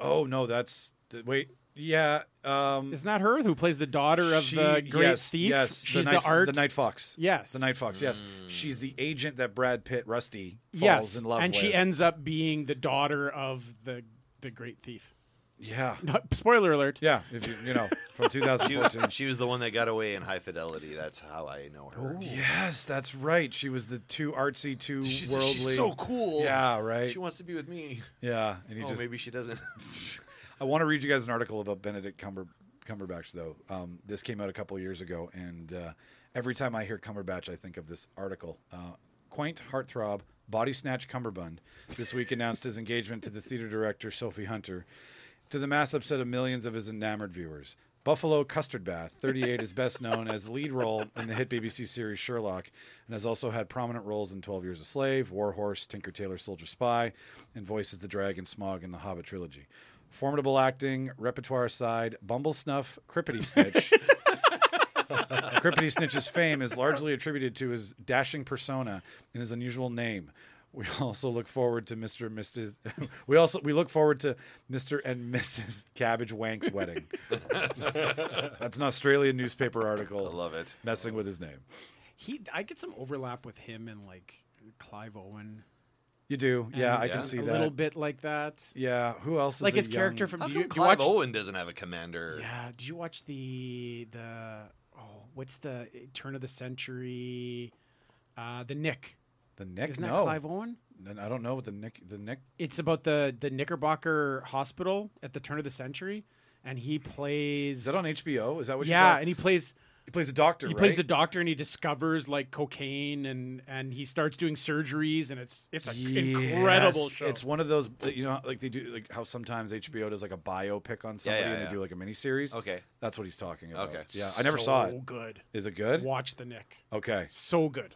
Speaker 3: Oh no, that's th- wait. Yeah, um,
Speaker 4: isn't that her who plays the daughter of
Speaker 3: she-
Speaker 4: the great
Speaker 3: yes,
Speaker 4: thief?
Speaker 3: Yes,
Speaker 4: she's the,
Speaker 3: night,
Speaker 4: art.
Speaker 3: the Night Fox.
Speaker 4: Yes.
Speaker 3: the Night Fox. Yes,
Speaker 2: Mm.
Speaker 3: she's the agent that Brad Pitt, Rusty, falls
Speaker 4: yes,
Speaker 3: in love
Speaker 4: and
Speaker 3: with.
Speaker 4: she ends up being the daughter of the the great thief.
Speaker 3: yeah,
Speaker 4: Spoiler alert.
Speaker 3: yeah. If you, you know, from
Speaker 2: She,
Speaker 3: 2014.
Speaker 2: she was the one that got away in High Fidelity. That's how I know her.
Speaker 3: Yes, that's right. She was the too artsy, too
Speaker 2: She's,
Speaker 3: worldly.
Speaker 2: she's so cool.
Speaker 3: Yeah, right.
Speaker 2: She wants to be with me.
Speaker 3: yeah, and he
Speaker 2: oh,
Speaker 3: just
Speaker 2: maybe she doesn't.
Speaker 3: I want to read you guys an article about Benedict Cumber, Cumberbatch, though. Um, this came out a couple years ago, and uh, every time I hear Cumberbatch, I think of this article. Uh, quaint heartthrob, body snatch cummerbund, this week announced his engagement to the theater director Sophie Hunter, to the mass upset of millions of his enamored viewers. Buffalo Custard Bath, 38, is best known as lead role in the hit BBC series Sherlock, and has also had prominent roles in 12 Years a Slave, War Horse, Tinker Tailor Soldier Spy, and voices the Dragon Smog in the Hobbit trilogy. Formidable acting, repertoire aside, Bumble Snuff, Crippity Snitch. Crippity Snitch's fame is largely attributed to his dashing persona and his unusual name. We also look forward to Mr. and Mrs. We also we look forward to Mr. and Mrs. Cabbage Wank's wedding. That's an Australian newspaper article.
Speaker 2: I love it.
Speaker 3: Messing with his name.
Speaker 4: He, I get some overlap with him and like Clive Owen.
Speaker 3: You do, yeah.
Speaker 4: and
Speaker 3: I
Speaker 2: Yeah.
Speaker 3: can see
Speaker 4: a
Speaker 3: that.
Speaker 4: little bit like that.
Speaker 3: Yeah. Who else?
Speaker 4: like
Speaker 3: is
Speaker 4: his
Speaker 3: a
Speaker 4: character
Speaker 3: young-
Speaker 4: from
Speaker 2: How
Speaker 4: do
Speaker 2: come
Speaker 4: you, do you
Speaker 2: Clive
Speaker 4: watch
Speaker 2: Owen doesn't have a commander?
Speaker 4: yeah did you watch the the oh what's the eh, turn of the century uh the nick
Speaker 3: The Nick?
Speaker 4: Isn't that
Speaker 3: no.
Speaker 4: Clive Owen?
Speaker 3: Then I don't know what the Nick. The Nick.
Speaker 4: It's about the the Knickerbocker Hospital at the turn of the century, and he plays.
Speaker 3: Is that on HBO? Is that what?
Speaker 4: yeah,
Speaker 3: You're
Speaker 4: and he plays
Speaker 3: he plays a doctor.
Speaker 4: he
Speaker 3: right?
Speaker 4: plays the doctor, and he discovers like cocaine, and and he starts doing surgeries, and it's it's an incredible
Speaker 3: Yes.
Speaker 4: show.
Speaker 3: It's one of those, you know, like they do, like how sometimes HBO does like a biopic on somebody
Speaker 2: yeah,
Speaker 3: and they
Speaker 2: yeah.
Speaker 3: do like a miniseries.
Speaker 2: Okay.
Speaker 3: That's what he's talking about.
Speaker 2: Okay.
Speaker 3: Yeah, I never saw
Speaker 4: So
Speaker 3: it.
Speaker 4: good.
Speaker 3: Is it good?
Speaker 4: Watch the Nick.
Speaker 3: Okay.
Speaker 4: So good.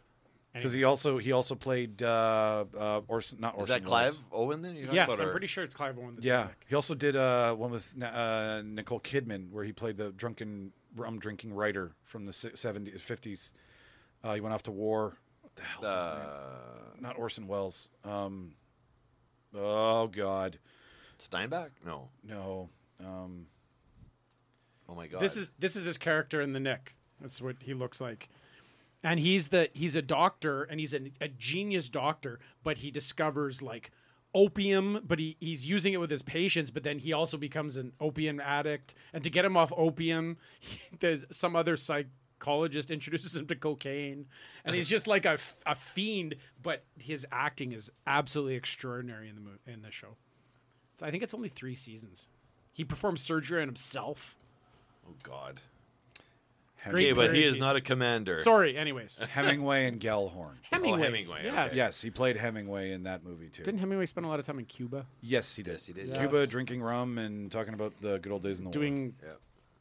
Speaker 3: Because he also he also played uh, uh Orson not Orson.
Speaker 2: Is that
Speaker 3: Welles.
Speaker 2: Clive Owen then? You're talking
Speaker 4: Yes,
Speaker 2: about,
Speaker 4: I'm
Speaker 2: or-
Speaker 4: pretty sure it's Clive Owen. That's
Speaker 3: Yeah.
Speaker 4: the Nick.
Speaker 3: He also did uh one with N- uh Nicole Kidman where he played the drunken rum drinking writer from the si- 70s 50s. Uh, he went off to war. What the hell's his name?
Speaker 2: Uh,
Speaker 3: Not Orson Welles. Um Oh god.
Speaker 2: Steinbeck? No.
Speaker 3: No. Um
Speaker 2: Oh my god.
Speaker 4: This is this is his character in the Nick. That's what he looks like. And he's the he's a doctor and he's an, a genius doctor, but he discovers like opium, but he, he's using it with his patients, but then he also becomes an opium addict. And to get him off opium, he, there's some other psychologist introduces him to cocaine. And he's just like a, f- a fiend, but his acting is absolutely extraordinary in the mo- in the show. So I think it's only 3 seasons. He performs surgery on himself.
Speaker 2: Oh god.
Speaker 3: Hemingway,
Speaker 2: Okay, but he is
Speaker 4: Parodies.
Speaker 2: not a commander.
Speaker 4: Sorry. Anyways,
Speaker 3: Hemingway and Gellhorn.
Speaker 2: Hemingway. Oh, Hemingway,
Speaker 4: Yes.
Speaker 2: okay.
Speaker 3: Yes, he played Hemingway in that movie too.
Speaker 4: Didn't Hemingway spend a lot of time in Cuba
Speaker 2: Oh,
Speaker 3: yes, he did.
Speaker 2: Yes, he did, yeah.
Speaker 3: Cuba drinking rum and talking about the good old days in the war.
Speaker 4: doing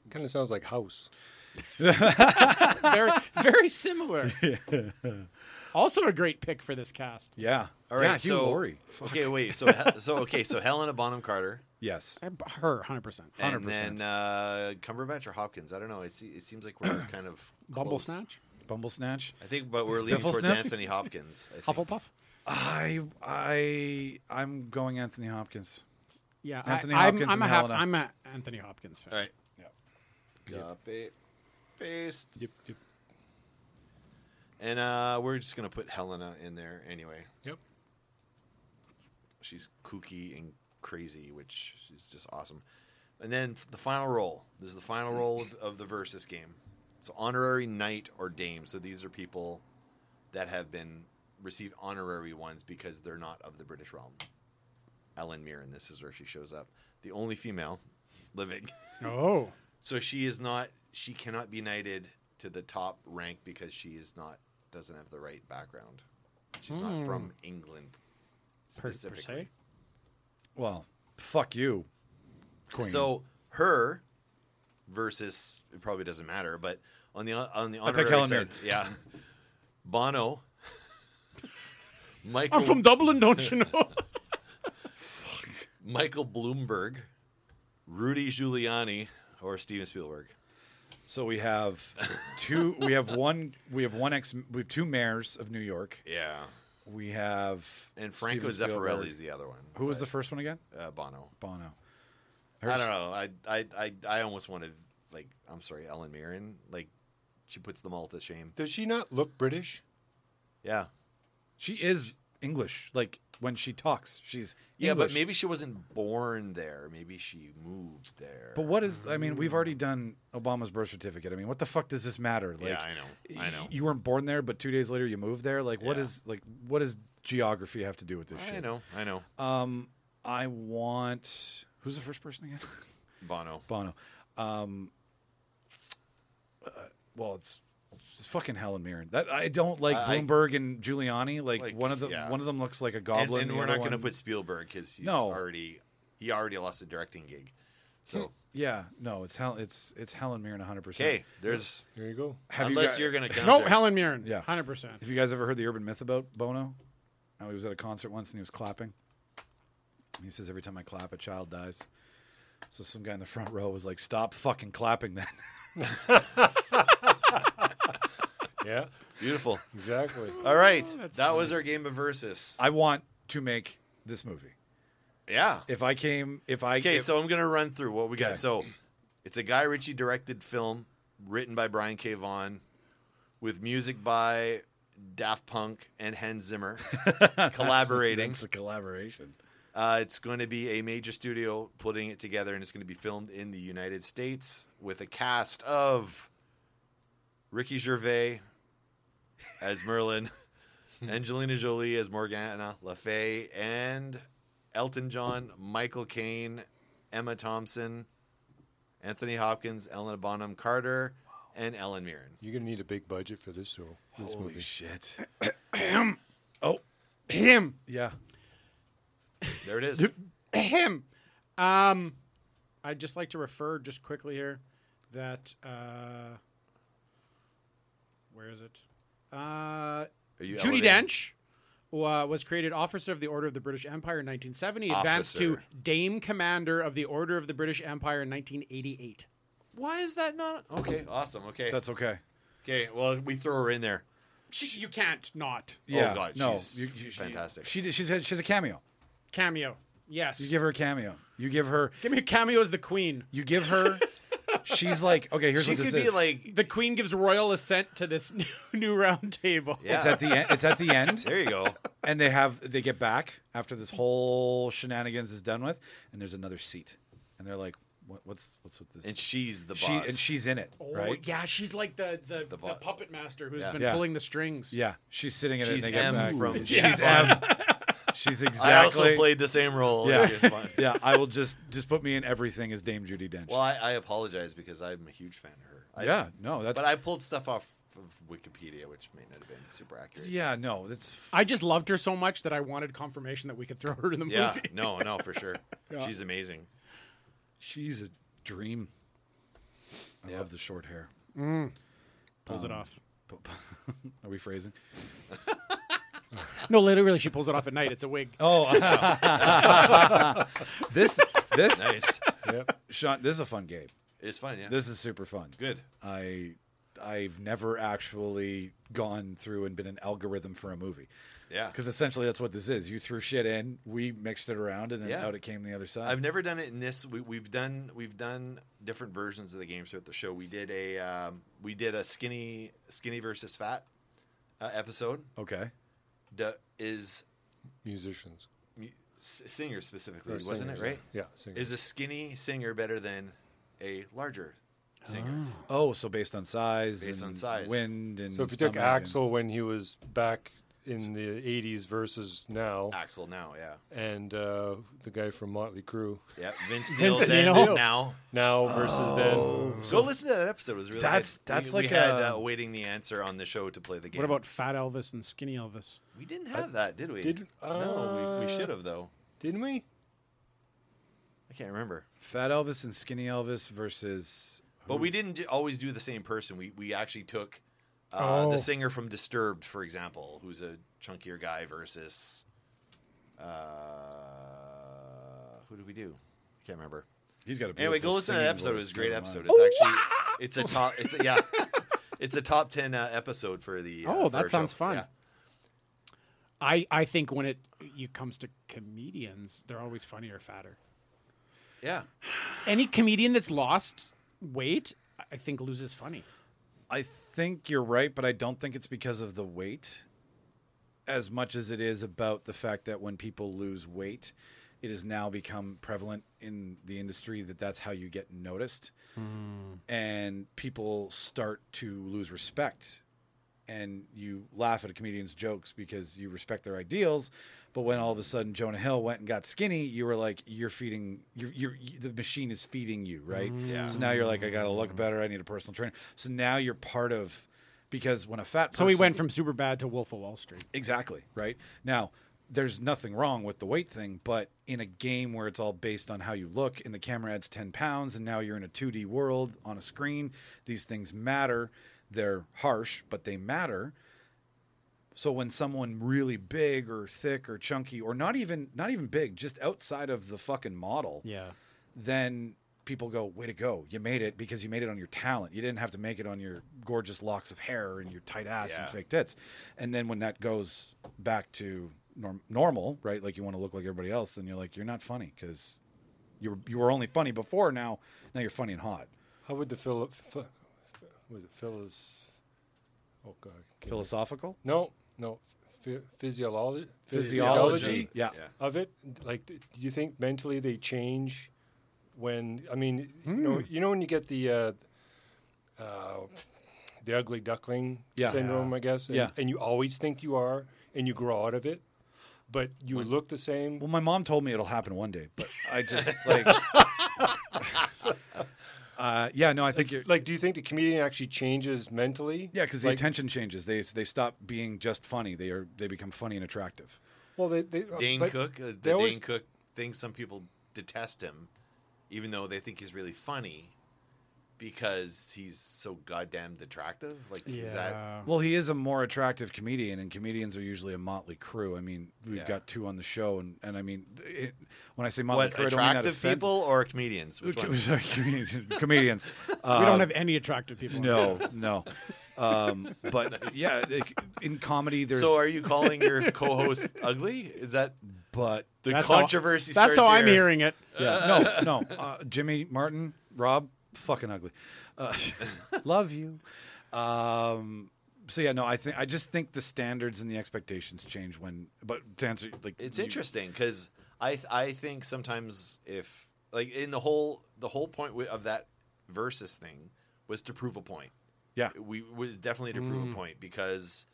Speaker 5: Kind of sounds like House.
Speaker 4: very very similar? also a great pick for this cast.
Speaker 3: Yeah.
Speaker 2: All right.
Speaker 3: Yeah, Hugh
Speaker 2: so
Speaker 3: Laurie.
Speaker 2: okay, wait. So Hel- so okay. So Helena Bonham Carter,
Speaker 3: Yes.
Speaker 4: I- Uh, Her, hundred percent.
Speaker 2: and
Speaker 3: 100%.
Speaker 2: then uh, Cumberbatch or Hopkins. I don't know. It, se- it seems like we're kind of
Speaker 4: Bumble
Speaker 2: close.
Speaker 4: snatch,
Speaker 3: Bumble Snatch.
Speaker 2: I think, but we're leaning
Speaker 3: Biffle
Speaker 2: towards
Speaker 3: Sniff?
Speaker 2: Anthony Hopkins. I think.
Speaker 4: Hufflepuff.
Speaker 3: I I I'm going Anthony Hopkins.
Speaker 4: Yeah,
Speaker 3: Anthony
Speaker 4: I,
Speaker 3: Hopkins
Speaker 4: I'm, I'm
Speaker 3: and
Speaker 4: a hap-
Speaker 3: Helena.
Speaker 4: I'm a Anthony Hopkins fan.
Speaker 2: All right.
Speaker 3: Yep.
Speaker 2: Copy. Paste.
Speaker 5: Yep, yep.
Speaker 2: And uh, we're just gonna put Helena in there anyway.
Speaker 5: Yep.
Speaker 2: She's kooky and crazy, which is just awesome. And then f- the final roll. This is the final
Speaker 5: Mm.
Speaker 2: roll of, of the versus game. So honorary knight or dame. So these are people that have been received honorary ones because they're not of the British realm. Ellen Mirren. This is where she shows up. The only female living.
Speaker 4: Oh,
Speaker 2: So she is not. She cannot be knighted to the top rank because she is not. Doesn't have the right background. She's not from England
Speaker 4: per, per
Speaker 2: specifically.
Speaker 4: se.
Speaker 3: Well, fuck you. Queen.
Speaker 2: So her versus it probably doesn't matter, but on the on the
Speaker 3: pick
Speaker 2: honorary
Speaker 3: Helen
Speaker 2: side,
Speaker 3: Mirren.
Speaker 2: yeah, Bono, Michael
Speaker 4: I'm from Dublin, don't you know?
Speaker 2: Michael Bloomberg, Rudy Giuliani, or Steven Spielberg.
Speaker 3: so we have two we have one we have one ex we have two mayors of New York.
Speaker 2: Yeah,
Speaker 3: We have
Speaker 2: and Franco
Speaker 3: Steven Spielberg.
Speaker 2: Zeffirelli is the other one.
Speaker 3: Who was the
Speaker 2: but,
Speaker 3: first one again?
Speaker 2: uh, Bono?
Speaker 3: Bono.
Speaker 2: I don't know. I, I I I almost wanted like I'm sorry, Ellen Mirren. Like she puts them all to shame.
Speaker 5: Does she not look British?
Speaker 2: Yeah.
Speaker 3: She is English. Like when she talks, she's
Speaker 2: Yeah, but
Speaker 3: English.
Speaker 2: maybe she wasn't born there. Maybe she moved there.
Speaker 3: But what is? I mean, we've
Speaker 2: Mm.
Speaker 3: already done Obama's birth certificate. I mean, what the fuck does this matter? Like,
Speaker 2: yeah, I know. I
Speaker 3: y-
Speaker 2: know.
Speaker 3: You weren't born there, but two days later you moved there. Like, what
Speaker 2: Yeah.
Speaker 3: is like what does geography have to do with this
Speaker 2: I
Speaker 3: shit?
Speaker 2: know. I know.
Speaker 3: Um, I want who's the first person again?
Speaker 2: Bono.
Speaker 3: Bono. Um, uh, well, it's, it's fucking Helen Mirren. That I don't like
Speaker 2: I- I-
Speaker 3: Bloomberg and Giuliani. Like,
Speaker 2: Like,
Speaker 3: one of the
Speaker 2: yeah.
Speaker 3: one of them looks like a
Speaker 2: And,
Speaker 3: goblin.
Speaker 2: and
Speaker 3: the
Speaker 2: we're
Speaker 3: other
Speaker 2: not going to
Speaker 3: one-
Speaker 2: put Spielberg because he's
Speaker 3: No.
Speaker 2: already he already lost a directing gig.
Speaker 3: Hmm.
Speaker 2: So
Speaker 3: Yeah, no, it's Hel- it's it's Helen Mirren, hundred percent.
Speaker 2: okay, there's
Speaker 5: There you go.
Speaker 3: Hmm. Have you
Speaker 2: unless
Speaker 3: got-
Speaker 2: you are going to counter.
Speaker 4: no, Helen Mirren.
Speaker 3: Yeah.
Speaker 4: hundred percent.
Speaker 3: Have you guys ever heard the urban myth about Bono? How he was at a concert once and he was clapping. And he says, Every time I clap, a child dies. So some guy in the front row was like, Stop fucking clapping then.
Speaker 5: Yeah,
Speaker 2: Beautiful.
Speaker 5: exactly.
Speaker 2: All right, that was our game of versus.
Speaker 3: I want to make this movie.
Speaker 2: Yeah.
Speaker 3: If I came, if I.
Speaker 2: Okay,
Speaker 3: if-
Speaker 2: so I'm gonna run through what we got.
Speaker 3: Okay.
Speaker 2: So, it's a Guy Ritchie directed film, written by Brian K. Vaughan, with music by Daft Punk and Hans Zimmer, collaborating.
Speaker 3: That's a collaboration.
Speaker 2: Uh, it's going to be a major studio putting it together, and it's going to be filmed in the United States with a cast of Ricky Gervais as Merlin, Angelina Jolie as Morgana Le Fay, and Elton John, Michael Caine, Emma Thompson, Anthony Hopkins, Ellen Bonham Carter, and Ellen Mirren.
Speaker 5: You're gonna need a big budget for this show. This movie.
Speaker 3: shit. oh, him. Yeah.
Speaker 2: There it is.
Speaker 4: Him. Um, I'd just like to refer just quickly here that uh, where is it? Uh,
Speaker 2: Are you
Speaker 4: Judy
Speaker 2: elevating?
Speaker 4: Dench wa was created Officer of the Order of the British Empire in 1970, advanced to
Speaker 2: Officer.
Speaker 4: Dame Commander of the Order of the British Empire in 1988.
Speaker 2: Why is that not okay? Awesome. Okay.
Speaker 3: That's okay.
Speaker 2: okay. Well, we throw her in there.
Speaker 4: She, you can't not
Speaker 3: Yeah.
Speaker 2: oh God,
Speaker 3: no.
Speaker 2: she's
Speaker 3: you- you-
Speaker 2: fantastic.
Speaker 3: She, did- she's had- she's a cameo.
Speaker 4: cameo. Yes,
Speaker 3: You give her a cameo. You give her.
Speaker 4: give me a cameo as the Queen.
Speaker 3: You give her. she's like okay. Here's
Speaker 2: she
Speaker 3: what this
Speaker 2: could be
Speaker 3: is.
Speaker 2: like.
Speaker 4: The Queen gives royal assent to this new, new round table.
Speaker 2: Yeah.
Speaker 3: It's at the end. It's at the end.
Speaker 2: there you go.
Speaker 3: and they have they get back after this whole shenanigans is done with, and there's another seat, and they're like, what, "What's what's with this?"
Speaker 2: And she's the boss.
Speaker 3: she and she's in it,
Speaker 4: Oh,
Speaker 3: right?
Speaker 4: yeah, she's like the the, the,
Speaker 2: bo-
Speaker 4: puppet master who's
Speaker 2: Yeah.
Speaker 4: been
Speaker 3: Yeah.
Speaker 4: pulling the strings.
Speaker 3: Yeah, she's sitting in
Speaker 2: She's
Speaker 3: it. And they get
Speaker 2: M
Speaker 3: back.
Speaker 2: from-
Speaker 3: she's
Speaker 2: Yes.
Speaker 3: M. She's exactly.
Speaker 2: I also played the same role.
Speaker 3: Yeah.
Speaker 2: It's fun.
Speaker 3: Yeah, I will just just put me in everything as Dame Judy Dench.
Speaker 2: Well, I, I apologize because I'm a huge fan of her. I,
Speaker 3: yeah, no, that's.
Speaker 2: But I pulled stuff off of Wikipedia, which may not have been super accurate.
Speaker 3: yeah, no, that's.
Speaker 4: I just loved her so much that I wanted confirmation that we could throw her in the movie.
Speaker 2: Yeah, no, no, for sure. She's amazing.
Speaker 3: She's a dream. I love the short hair.
Speaker 4: Pulls
Speaker 2: Um,
Speaker 4: it off.
Speaker 3: Are we phrasing?
Speaker 4: No, literally, she pulls it off at night. It's a wig.
Speaker 3: Oh, this this
Speaker 2: Nice.
Speaker 5: Yep.
Speaker 3: Sean, this is a fun game.
Speaker 2: it's fun. Yeah.
Speaker 3: This is super fun.
Speaker 2: Good.
Speaker 3: I I've never actually gone through and been an algorithm for a movie.
Speaker 2: Yeah.
Speaker 3: Because essentially that's what this is. You threw shit in, we mixed it around, and then
Speaker 2: Yeah.
Speaker 3: out it came the other side.
Speaker 2: I've never done it in this. We, we've done we've done different versions of the games throughout the show. We did a um, we did a skinny skinny versus fat uh, episode.
Speaker 3: okay.
Speaker 2: Da, is
Speaker 5: Musicians.
Speaker 2: mu- s- singer specifically,
Speaker 5: Or
Speaker 2: wasn't
Speaker 5: singers,
Speaker 2: it right?
Speaker 5: Yeah. singers.
Speaker 2: Is a skinny singer better than a larger singer?
Speaker 3: Oh, so based on size,
Speaker 2: Based on
Speaker 3: and
Speaker 2: size.
Speaker 3: wind, and
Speaker 5: So if you took
Speaker 3: stomach and-
Speaker 5: Axel when he was back in the '80s versus now,
Speaker 3: Ah.
Speaker 2: Axel now, yeah,
Speaker 5: and uh, the guy from Motley Crue
Speaker 2: yeah. Vince Neil
Speaker 4: Vince
Speaker 2: then
Speaker 4: Neil.
Speaker 2: now.
Speaker 5: now versus
Speaker 3: Oh.
Speaker 5: then.
Speaker 2: So listen to that episode. It was really
Speaker 3: That's-
Speaker 2: good.
Speaker 3: that's
Speaker 2: we,
Speaker 3: like
Speaker 2: we had
Speaker 3: a-
Speaker 2: uh, waiting the answer on the show to play the game.
Speaker 4: What about Fat Elvis and Skinny Elvis?
Speaker 2: we didn't have that, did we?
Speaker 5: Did-
Speaker 2: no, we, we
Speaker 5: uh,
Speaker 2: should have though.
Speaker 5: Didn't we?
Speaker 2: I can't remember.
Speaker 3: Fat Elvis and Skinny Elvis versus
Speaker 2: But we didn't do- always do the same person. We we actually took uh,
Speaker 4: Oh.
Speaker 2: the singer from Disturbed, for example, who's a chunkier guy, versus uh, who did we do? I can't remember.
Speaker 3: he's got a
Speaker 2: Anyway, go
Speaker 3: beautiful
Speaker 2: listen to that
Speaker 3: singing
Speaker 2: episode. It
Speaker 3: voice,
Speaker 2: was a great
Speaker 3: never
Speaker 2: episode.
Speaker 3: mind.
Speaker 2: It's actually it's a top. It's a, yeah, it's a top ten uh, episode for the. Uh,
Speaker 4: Oh,
Speaker 2: for
Speaker 4: that
Speaker 2: our
Speaker 4: sounds
Speaker 2: show.
Speaker 4: fun.
Speaker 2: Yeah.
Speaker 4: I, I think when it you comes to comedians, they're always funnier fatter.
Speaker 2: Yeah.
Speaker 4: Any comedian that's lost weight, I think loses funny.
Speaker 3: I think you're right, but I don't think it's because of the weight as much as it is about the fact that when people lose weight, it has now become prevalent in the industry that that's how you get noticed.
Speaker 4: Hmm.
Speaker 3: And people start to lose respect. And you laugh at a comedian's jokes because you respect their ideals. But when all of a sudden Jonah Hill went and got skinny, you were like, you're feeding, you're, you're, the machine is feeding you, right?
Speaker 4: Hmm.
Speaker 2: Yeah.
Speaker 3: So now you're like, I got to look better. I need a personal trainer. So now you're part of, because when a fat person,
Speaker 4: So we went from super bad to Wolf of Wall Street.
Speaker 3: Exactly, right? Now, there's nothing wrong with the weight thing, but in a game where it's all based on how you look and the camera adds 10 pounds and now you're in a 2D world on a screen, these things matter. They're harsh, but they matter. So when someone really big or thick or chunky or not even not even big, just outside of the fucking model,
Speaker 4: Yeah.
Speaker 3: then people go, way to go. You made it because you made it on your talent. You didn't have to make it on your gorgeous locks of hair and your tight ass
Speaker 2: Yeah.
Speaker 3: and fake tits. And then when that goes back to norm- normal, right? Like you want to look like everybody else, then you're like, you're not funny because you were, you were only funny before. Now, now you're funny and hot.
Speaker 5: How would the Philip? Ph- Ph- was it Phyllis? Oh God. can't-
Speaker 3: Philosophical?
Speaker 5: No, no. Ph- physiology.
Speaker 2: Physiology.
Speaker 3: Yeah.
Speaker 2: Yeah.
Speaker 5: of it? Like, th- do you think mentally they change when? I mean, you know,
Speaker 3: Hmm.
Speaker 5: you know when you get the uh, uh, the ugly duckling
Speaker 3: Yeah.
Speaker 5: syndrome, I guess. And,
Speaker 3: Yeah.
Speaker 5: And you always think you are, and you grow out of it, but you look the same.
Speaker 3: Well, my mom told me it'll happen one day, but I just like. uh, yeah, no, I think you're.
Speaker 5: Like, do you think the comedian actually changes mentally?
Speaker 3: Yeah, because the
Speaker 5: like,
Speaker 3: attention changes. They they stop being just funny. They are they become funny and attractive.
Speaker 5: Well, they, they
Speaker 2: Dane
Speaker 5: but
Speaker 2: Cook, uh, the
Speaker 5: they
Speaker 2: Dane
Speaker 5: always-
Speaker 2: Cook thing. Some people detest him, even though they think he's really funny, because he's so goddamn attractive. Like, is that
Speaker 3: Well, he is a more attractive comedian, and comedians are usually a motley crew. I mean, we've
Speaker 2: Yeah.
Speaker 3: got two on the show, and, and I mean, it, when I say motley
Speaker 2: what
Speaker 3: crew, I don't mean that
Speaker 2: attractive
Speaker 3: offensive.
Speaker 2: people or comedians? Which one?
Speaker 3: Sorry, comedians. comedians. Uh,
Speaker 4: we don't have any attractive people. on
Speaker 3: no, no. Um, but yeah, like, in comedy, there's
Speaker 2: So, are you calling your co-host ugly? Is that
Speaker 3: but
Speaker 2: the
Speaker 4: That's how-
Speaker 2: controversy?
Speaker 4: That's how
Speaker 2: starts
Speaker 4: I'm
Speaker 2: here.
Speaker 4: hearing it.
Speaker 3: Yeah, no, no. Uh, Jimmy Martin, Rob, fucking ugly. Uh, love you. Um, so yeah, no, I think I just think the standards and the expectations change when. But to answer, like,
Speaker 2: It's
Speaker 3: you-
Speaker 2: interesting because I th- I think sometimes if like in the whole the whole point wi- of that versus thing was to prove a point.
Speaker 3: Yeah. Mm.
Speaker 2: we was definitely to prove a point because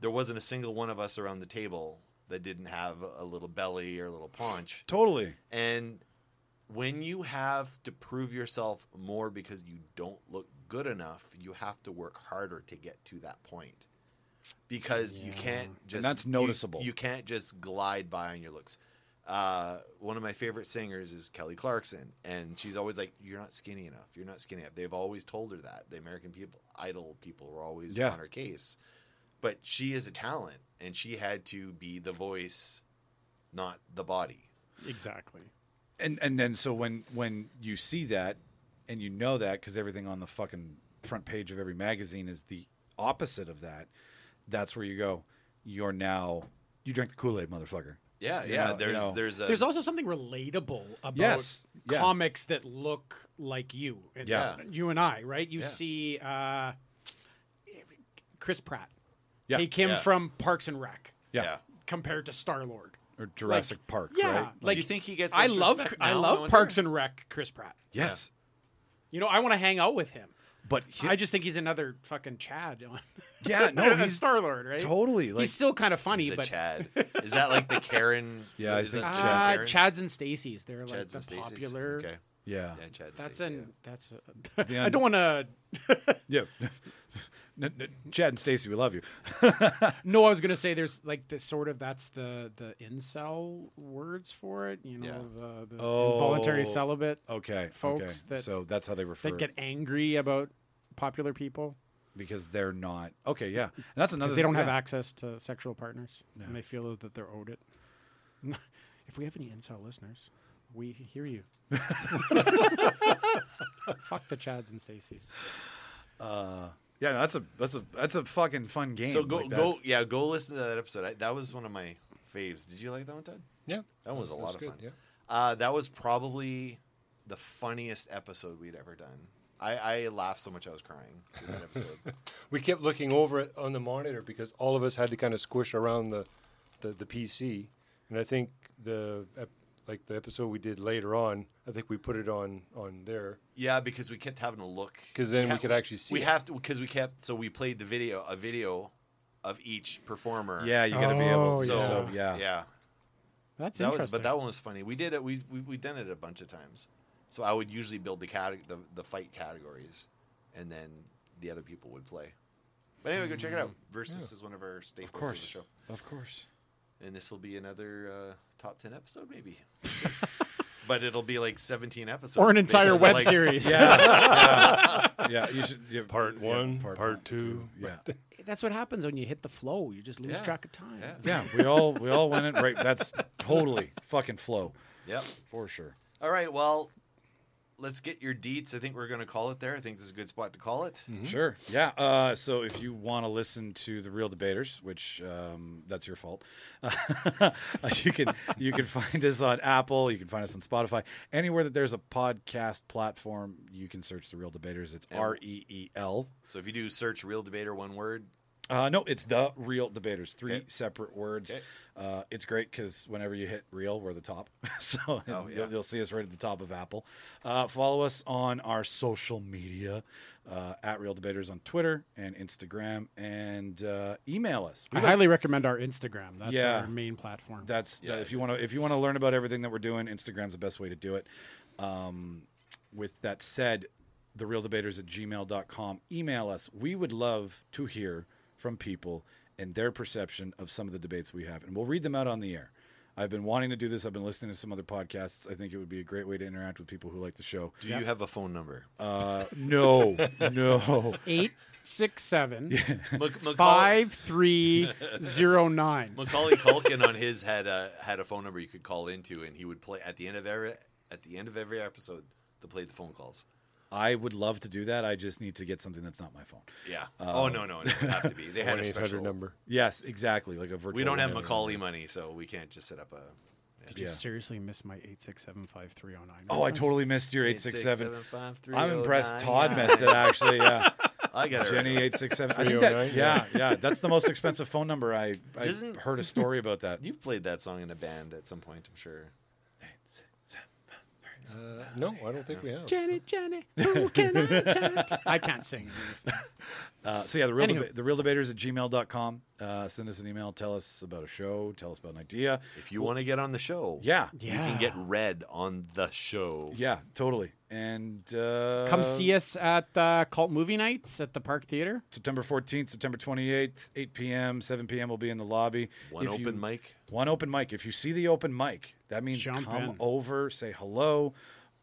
Speaker 2: there wasn't a single one of us around the table that didn't have a little belly or a little paunch.
Speaker 3: Totally.
Speaker 2: And when you have to prove yourself more because you don't look good enough, you have to work harder to get to that point. Because you can't just
Speaker 3: that's
Speaker 2: you-
Speaker 3: noticeable.
Speaker 2: You, can't just glide by on your looks. Uh, one of my favorite singers is Kelly Clarkson, and she's always like, "You're not skinny enough. You're not skinny enough." They've always told her that. The American people, idol people, were always
Speaker 3: Yeah.
Speaker 2: on her case. But she is a talent, and she had to be the voice, not the body.
Speaker 4: Exactly.
Speaker 3: And and then so when when you see that and you know that because everything on the fucking front page of every magazine is the opposite of that, that's where you go. You're now you drank the Kool Aid, motherfucker.
Speaker 2: Yeah,
Speaker 3: You
Speaker 2: yeah.
Speaker 3: know- you
Speaker 2: there's
Speaker 3: know.
Speaker 2: there's a
Speaker 4: There's also something relatable about
Speaker 3: Yes, yeah.
Speaker 4: comics that look like you. And
Speaker 3: Yeah.
Speaker 4: You and I, right? You
Speaker 2: Yeah.
Speaker 4: see uh, Chris Pratt.
Speaker 3: Yeah.
Speaker 4: Take him
Speaker 2: Yeah.
Speaker 4: from Parks and Rec
Speaker 3: Yeah.
Speaker 4: compared to Star Lord.
Speaker 3: Or Jurassic Park.
Speaker 4: Yeah.
Speaker 3: Right?
Speaker 4: Like
Speaker 2: Do you think he gets?
Speaker 4: I
Speaker 2: less
Speaker 4: love
Speaker 2: respect
Speaker 4: I
Speaker 2: now
Speaker 4: love
Speaker 2: knowing
Speaker 4: Parks
Speaker 2: that?
Speaker 4: and Rec Chris Pratt.
Speaker 3: yes.
Speaker 4: You know, I want to hang out with him.
Speaker 3: But he-
Speaker 4: I just think he's another fucking Chad on
Speaker 3: yeah, no, he's
Speaker 4: Star Lord, right?
Speaker 3: Totally, like-
Speaker 4: he's still kind of funny,
Speaker 2: He's a
Speaker 4: but
Speaker 2: Chad. Is that like the Karen?
Speaker 3: Yeah, I
Speaker 2: is
Speaker 3: think
Speaker 2: that
Speaker 3: Chad.
Speaker 4: Uh,
Speaker 2: Karen?
Speaker 4: Chads and Stacy's, they're like
Speaker 2: Chad's
Speaker 4: the
Speaker 2: and Stacey's.
Speaker 4: popular.
Speaker 2: Okay.
Speaker 3: Yeah.
Speaker 2: Yeah, Chad. and
Speaker 4: That's
Speaker 2: Stacey,
Speaker 4: an that's. A,
Speaker 3: The
Speaker 4: I don't want to.
Speaker 3: Yeah. N- n- Chad and Stacy, we love you.
Speaker 4: No, I was gonna say there's like this sort of that's the the incel words for it. You know, the, the
Speaker 3: Oh.
Speaker 4: involuntary celibate
Speaker 3: Okay.
Speaker 4: Folks
Speaker 3: okay.
Speaker 4: that-
Speaker 3: so that's how they refer
Speaker 4: that get
Speaker 3: it,
Speaker 4: angry about popular people
Speaker 3: because they're not. Okay, yeah. And that's another
Speaker 4: because they don't
Speaker 3: yeah.
Speaker 4: have access to sexual partners and they feel that they're owed it. if we have any incel listeners, we hear you. Fuck the Chads and Stacy's.
Speaker 3: Yeah, that's a that's a that's a fucking fun game.
Speaker 2: yeah. So go
Speaker 3: Like,
Speaker 2: go
Speaker 3: that's-
Speaker 2: yeah go listen to that episode. I, that was one of my faves. Did you like that one, Todd?
Speaker 5: Yeah,
Speaker 2: That was a lot of
Speaker 5: good,
Speaker 2: fun.
Speaker 5: yeah.
Speaker 2: Uh, that was probably the funniest episode we'd ever done. I, I laughed so much I was crying in that episode.
Speaker 5: we kept looking over it on the monitor because all of us had to kind of squish around the, the, the PC, and I think the ep- like the episode we did later on, I think we put it on on there.
Speaker 2: yeah, because we kept having to look
Speaker 5: 'Cause then we
Speaker 2: ha-
Speaker 5: could actually see
Speaker 2: We
Speaker 5: it.
Speaker 2: have to because we kept so we played the video a video of each performer.
Speaker 3: Yeah, you got to be able
Speaker 4: Oh,
Speaker 3: so,
Speaker 4: yeah.
Speaker 3: so yeah.
Speaker 2: Yeah.
Speaker 4: That's
Speaker 2: That was,
Speaker 4: interesting.
Speaker 2: but that one was funny. We did it. We we we done it a bunch of times. So I would usually build the cate- the, the fight categories, and then the other people would play. But anyway, go check it out.
Speaker 4: Mm-hmm.
Speaker 2: Versus is one of our staples of,
Speaker 3: course.
Speaker 2: the show,
Speaker 3: Of course.
Speaker 2: and this will be another uh, top ten episode maybe. but it'll be like seventeen episodes
Speaker 4: or an
Speaker 2: based
Speaker 4: entire
Speaker 2: on,
Speaker 4: web
Speaker 2: like-
Speaker 4: series.
Speaker 3: Yeah, you should yeah,
Speaker 5: Part
Speaker 3: yeah,
Speaker 5: one, part
Speaker 3: one,
Speaker 5: two.
Speaker 3: Yeah.
Speaker 4: That's what happens when you hit the flow. You just lose
Speaker 2: Yeah.
Speaker 4: track of time.
Speaker 2: Yeah.
Speaker 3: yeah, we all we all went it right. That's totally fucking flow
Speaker 2: Yep.
Speaker 3: for sure.
Speaker 2: All right. Well, let's get your deets. I think we're going to call it there. I think this is a good spot to call it.
Speaker 3: Sure. Yeah. Uh, so if you want to listen to the real debaters, which um, that's your fault, uh, you can you can find us on Apple. You can find us on Spotify. Anywhere that there's a podcast platform, you can search the real debaters. It's R E E L.
Speaker 2: So if you do search "real debater" one word,
Speaker 3: Uh, no, it's the real debaters. Three
Speaker 2: Okay.
Speaker 3: separate words.
Speaker 2: Okay.
Speaker 3: Uh, it's great because whenever you hit real, we're the top. so
Speaker 2: Oh, yeah.
Speaker 3: you'll, you'll see us right at the top of Apple. Uh, follow us on our social media uh, at Real Debaters on Twitter and Instagram, and uh, email us.
Speaker 4: I highly recommend our Instagram. That's
Speaker 3: Yeah.
Speaker 4: our main platform.
Speaker 3: That's
Speaker 2: Yeah,
Speaker 3: that-
Speaker 2: it
Speaker 3: if you
Speaker 2: is.
Speaker 3: want to if you want to learn about everything that we're doing, Instagram's the best way to do it. Um, with that said, the real debaters at gmail.com, email us. We would love to hear from people and their perception of some of the debates we have, and we'll read them out on the air. I've been wanting to do this. I've been listening to some other podcasts. I think it would be a great way to interact with people who like the show.
Speaker 2: Do you have a phone number?
Speaker 3: Uh, no, no.
Speaker 4: eight six seven
Speaker 2: Mac- Macaul-
Speaker 4: five three zero nine.
Speaker 2: Macaulay Culkin on his had a had a phone number you could call into, and he would play at the end of every at the end of every episode. They played the phone calls.
Speaker 3: I would love to do that. I just need to get something that's not my phone.
Speaker 2: Yeah. oh no no, no it would have to be. They had
Speaker 5: One
Speaker 2: a
Speaker 5: eight
Speaker 2: special
Speaker 5: hundred number.
Speaker 3: Yes, exactly. Like a virtual.
Speaker 2: We don't have
Speaker 3: window.
Speaker 2: Macaulay money, so we can't just set up a.
Speaker 4: Did you
Speaker 3: Yeah.
Speaker 4: seriously miss my eight six seven five three zero nine?
Speaker 3: Oh, I totally missed your eight six seven. I'm impressed. Todd
Speaker 2: messed
Speaker 3: missed it actually. Yeah,
Speaker 2: oh, I got it.
Speaker 3: Jenny eight six seven. I think that.
Speaker 5: 309,
Speaker 3: Yeah, yeah. That's the most expensive phone number. I, I
Speaker 2: Doesn't-
Speaker 3: heard a story about that.
Speaker 2: You've played that song in a band at some point, I'm sure.
Speaker 5: Uh, no, I don't think we have.
Speaker 4: Jenny, Jenny, who can I turn to? I can't sing.
Speaker 3: Uh, so yeah, the real
Speaker 4: Anywho.
Speaker 3: deba- the real debaters at gmail.com. Uh, send us an email. Tell us about a show. Tell us about an idea.
Speaker 2: If you want to get on the show,
Speaker 3: Yeah,
Speaker 2: you can get read on the show.
Speaker 3: yeah, totally. And uh,
Speaker 4: Come see us at uh, Cult Movie Nights at the Park Theater.
Speaker 3: September fourteenth, September twenty eighth, eight p.m., seven p.m. will be in the lobby.
Speaker 2: One
Speaker 3: If
Speaker 2: open
Speaker 3: you-
Speaker 2: mic.
Speaker 3: One open mic. If you see the open mic, that means
Speaker 4: Jump
Speaker 3: come
Speaker 4: in.
Speaker 3: over, say hello.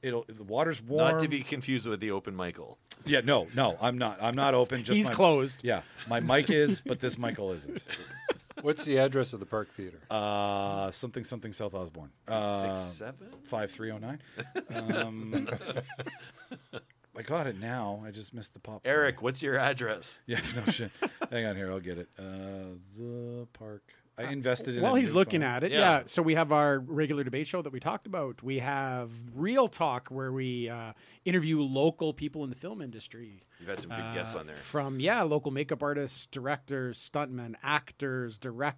Speaker 3: It'll the water's warm.
Speaker 2: Not to be confused with the open Michael.
Speaker 3: Yeah, no, no, I'm not. I'm not open. Just
Speaker 4: He's
Speaker 3: my-
Speaker 4: closed.
Speaker 3: Yeah, my mic is, but this Michael isn't.
Speaker 5: What's the address of the Park Theater?
Speaker 3: Uh, something, something, South Osborne. Uh,
Speaker 2: Six seven.
Speaker 3: five three zero nine. Um, I got it now. I just missed the pop.
Speaker 2: Eric, what's your address?
Speaker 3: Yeah, no shit. Hang on here. I'll get it. Uh, the park. I invested in.
Speaker 4: Uh, While he's looking
Speaker 3: at.
Speaker 4: at it,
Speaker 2: Yeah.
Speaker 4: yeah. So we have our regular debate show that we talked about. We have Real Talk where we uh, interview local people in the film industry.
Speaker 2: You've had some good guests
Speaker 4: Uh,
Speaker 2: on there.
Speaker 4: From yeah, local makeup artists, directors, stuntmen, actors,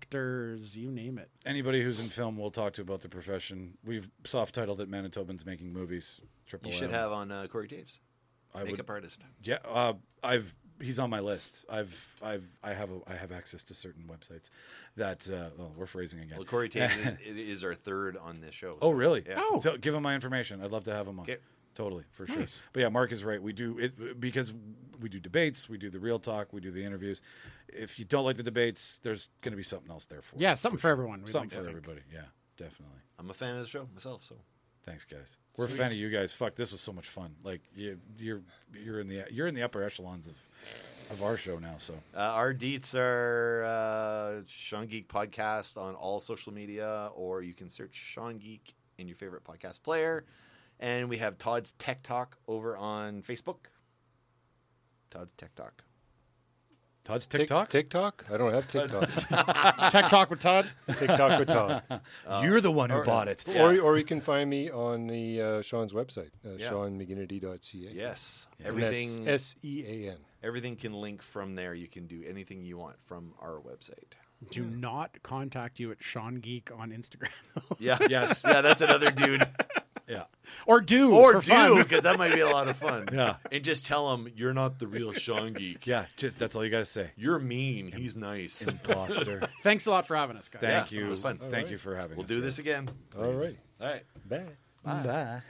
Speaker 4: directors, you name it.
Speaker 3: Anybody who's in film, we'll talk to about the profession. We've soft titled it "Manitobans Making Movies." Triple.
Speaker 2: You should
Speaker 3: M.
Speaker 2: have on uh, Corey Taves,
Speaker 3: I would
Speaker 2: makeup artist.
Speaker 3: Yeah, uh, I've he's on my list. I've I've I have a, I have access to certain websites that uh, well, we're phrasing again.
Speaker 2: Well, Corey Taves is, is our third on this show. so,
Speaker 3: oh really?
Speaker 2: Yeah.
Speaker 4: Oh.
Speaker 3: So give him my information. I'd love to have him on.
Speaker 2: Okay.
Speaker 3: Totally, for
Speaker 4: Nice.
Speaker 3: sure. But yeah, Mark is right. We do it because we do debates, we do the real talk, we do the interviews. If you don't like the debates, there's going to be something else there for
Speaker 4: Yeah,
Speaker 3: you,
Speaker 4: something for
Speaker 3: sure.
Speaker 4: everyone, we'd
Speaker 3: Something
Speaker 4: like to
Speaker 3: for
Speaker 4: think.
Speaker 3: everybody. Yeah, definitely.
Speaker 2: I'm a fan of the show myself. So
Speaker 3: Thanks, guys. We're a fan of you guys. Fuck, this was so much fun. Like you, you're you're in the you're in the upper echelons of of our show now. So
Speaker 2: uh, our deets are uh, Sean Geek podcast on all social media, or you can search Sean Geek in your favorite podcast player. And we have Todd's Tech Talk over on Facebook. Todd's Tech Talk.
Speaker 3: Todd's
Speaker 5: Tik-
Speaker 3: TikTok.
Speaker 5: TikTok? I don't have TikTok.
Speaker 4: Tech Talk with Todd.
Speaker 5: TikTok with Todd.
Speaker 4: Uh,
Speaker 3: You're the one who bought it.
Speaker 2: Yeah.
Speaker 5: Or, or you can find me on the uh, Sean's website, uh,
Speaker 2: Yeah.
Speaker 5: seanmcginnity.ca.
Speaker 2: Yes,
Speaker 5: And that's
Speaker 2: everything
Speaker 5: S E A N.
Speaker 2: everything can link from there. You can do anything you want from our website.
Speaker 4: Do not contact you at Sean Geek on Instagram.
Speaker 2: Yeah.
Speaker 3: Yes.
Speaker 2: Yeah, that's another dude.
Speaker 3: Yeah.
Speaker 4: or do
Speaker 2: Or
Speaker 4: for
Speaker 2: do,
Speaker 4: fun.
Speaker 2: because that might be a lot of fun.
Speaker 3: Yeah.
Speaker 2: And just tell him you're not the real Sean Geek.
Speaker 3: Yeah. Just that's all you gotta say.
Speaker 2: You're mean. He's nice.
Speaker 3: Imposter.
Speaker 4: Thanks a lot for having us, guys.
Speaker 3: Thank
Speaker 2: Yeah, it
Speaker 3: you.
Speaker 2: was fun.
Speaker 3: Thank
Speaker 5: Alright.
Speaker 3: you for having
Speaker 2: We'll
Speaker 3: us,
Speaker 2: do this
Speaker 3: guys.
Speaker 2: again.
Speaker 5: All right.
Speaker 2: All right.
Speaker 5: Bye.
Speaker 3: Bye.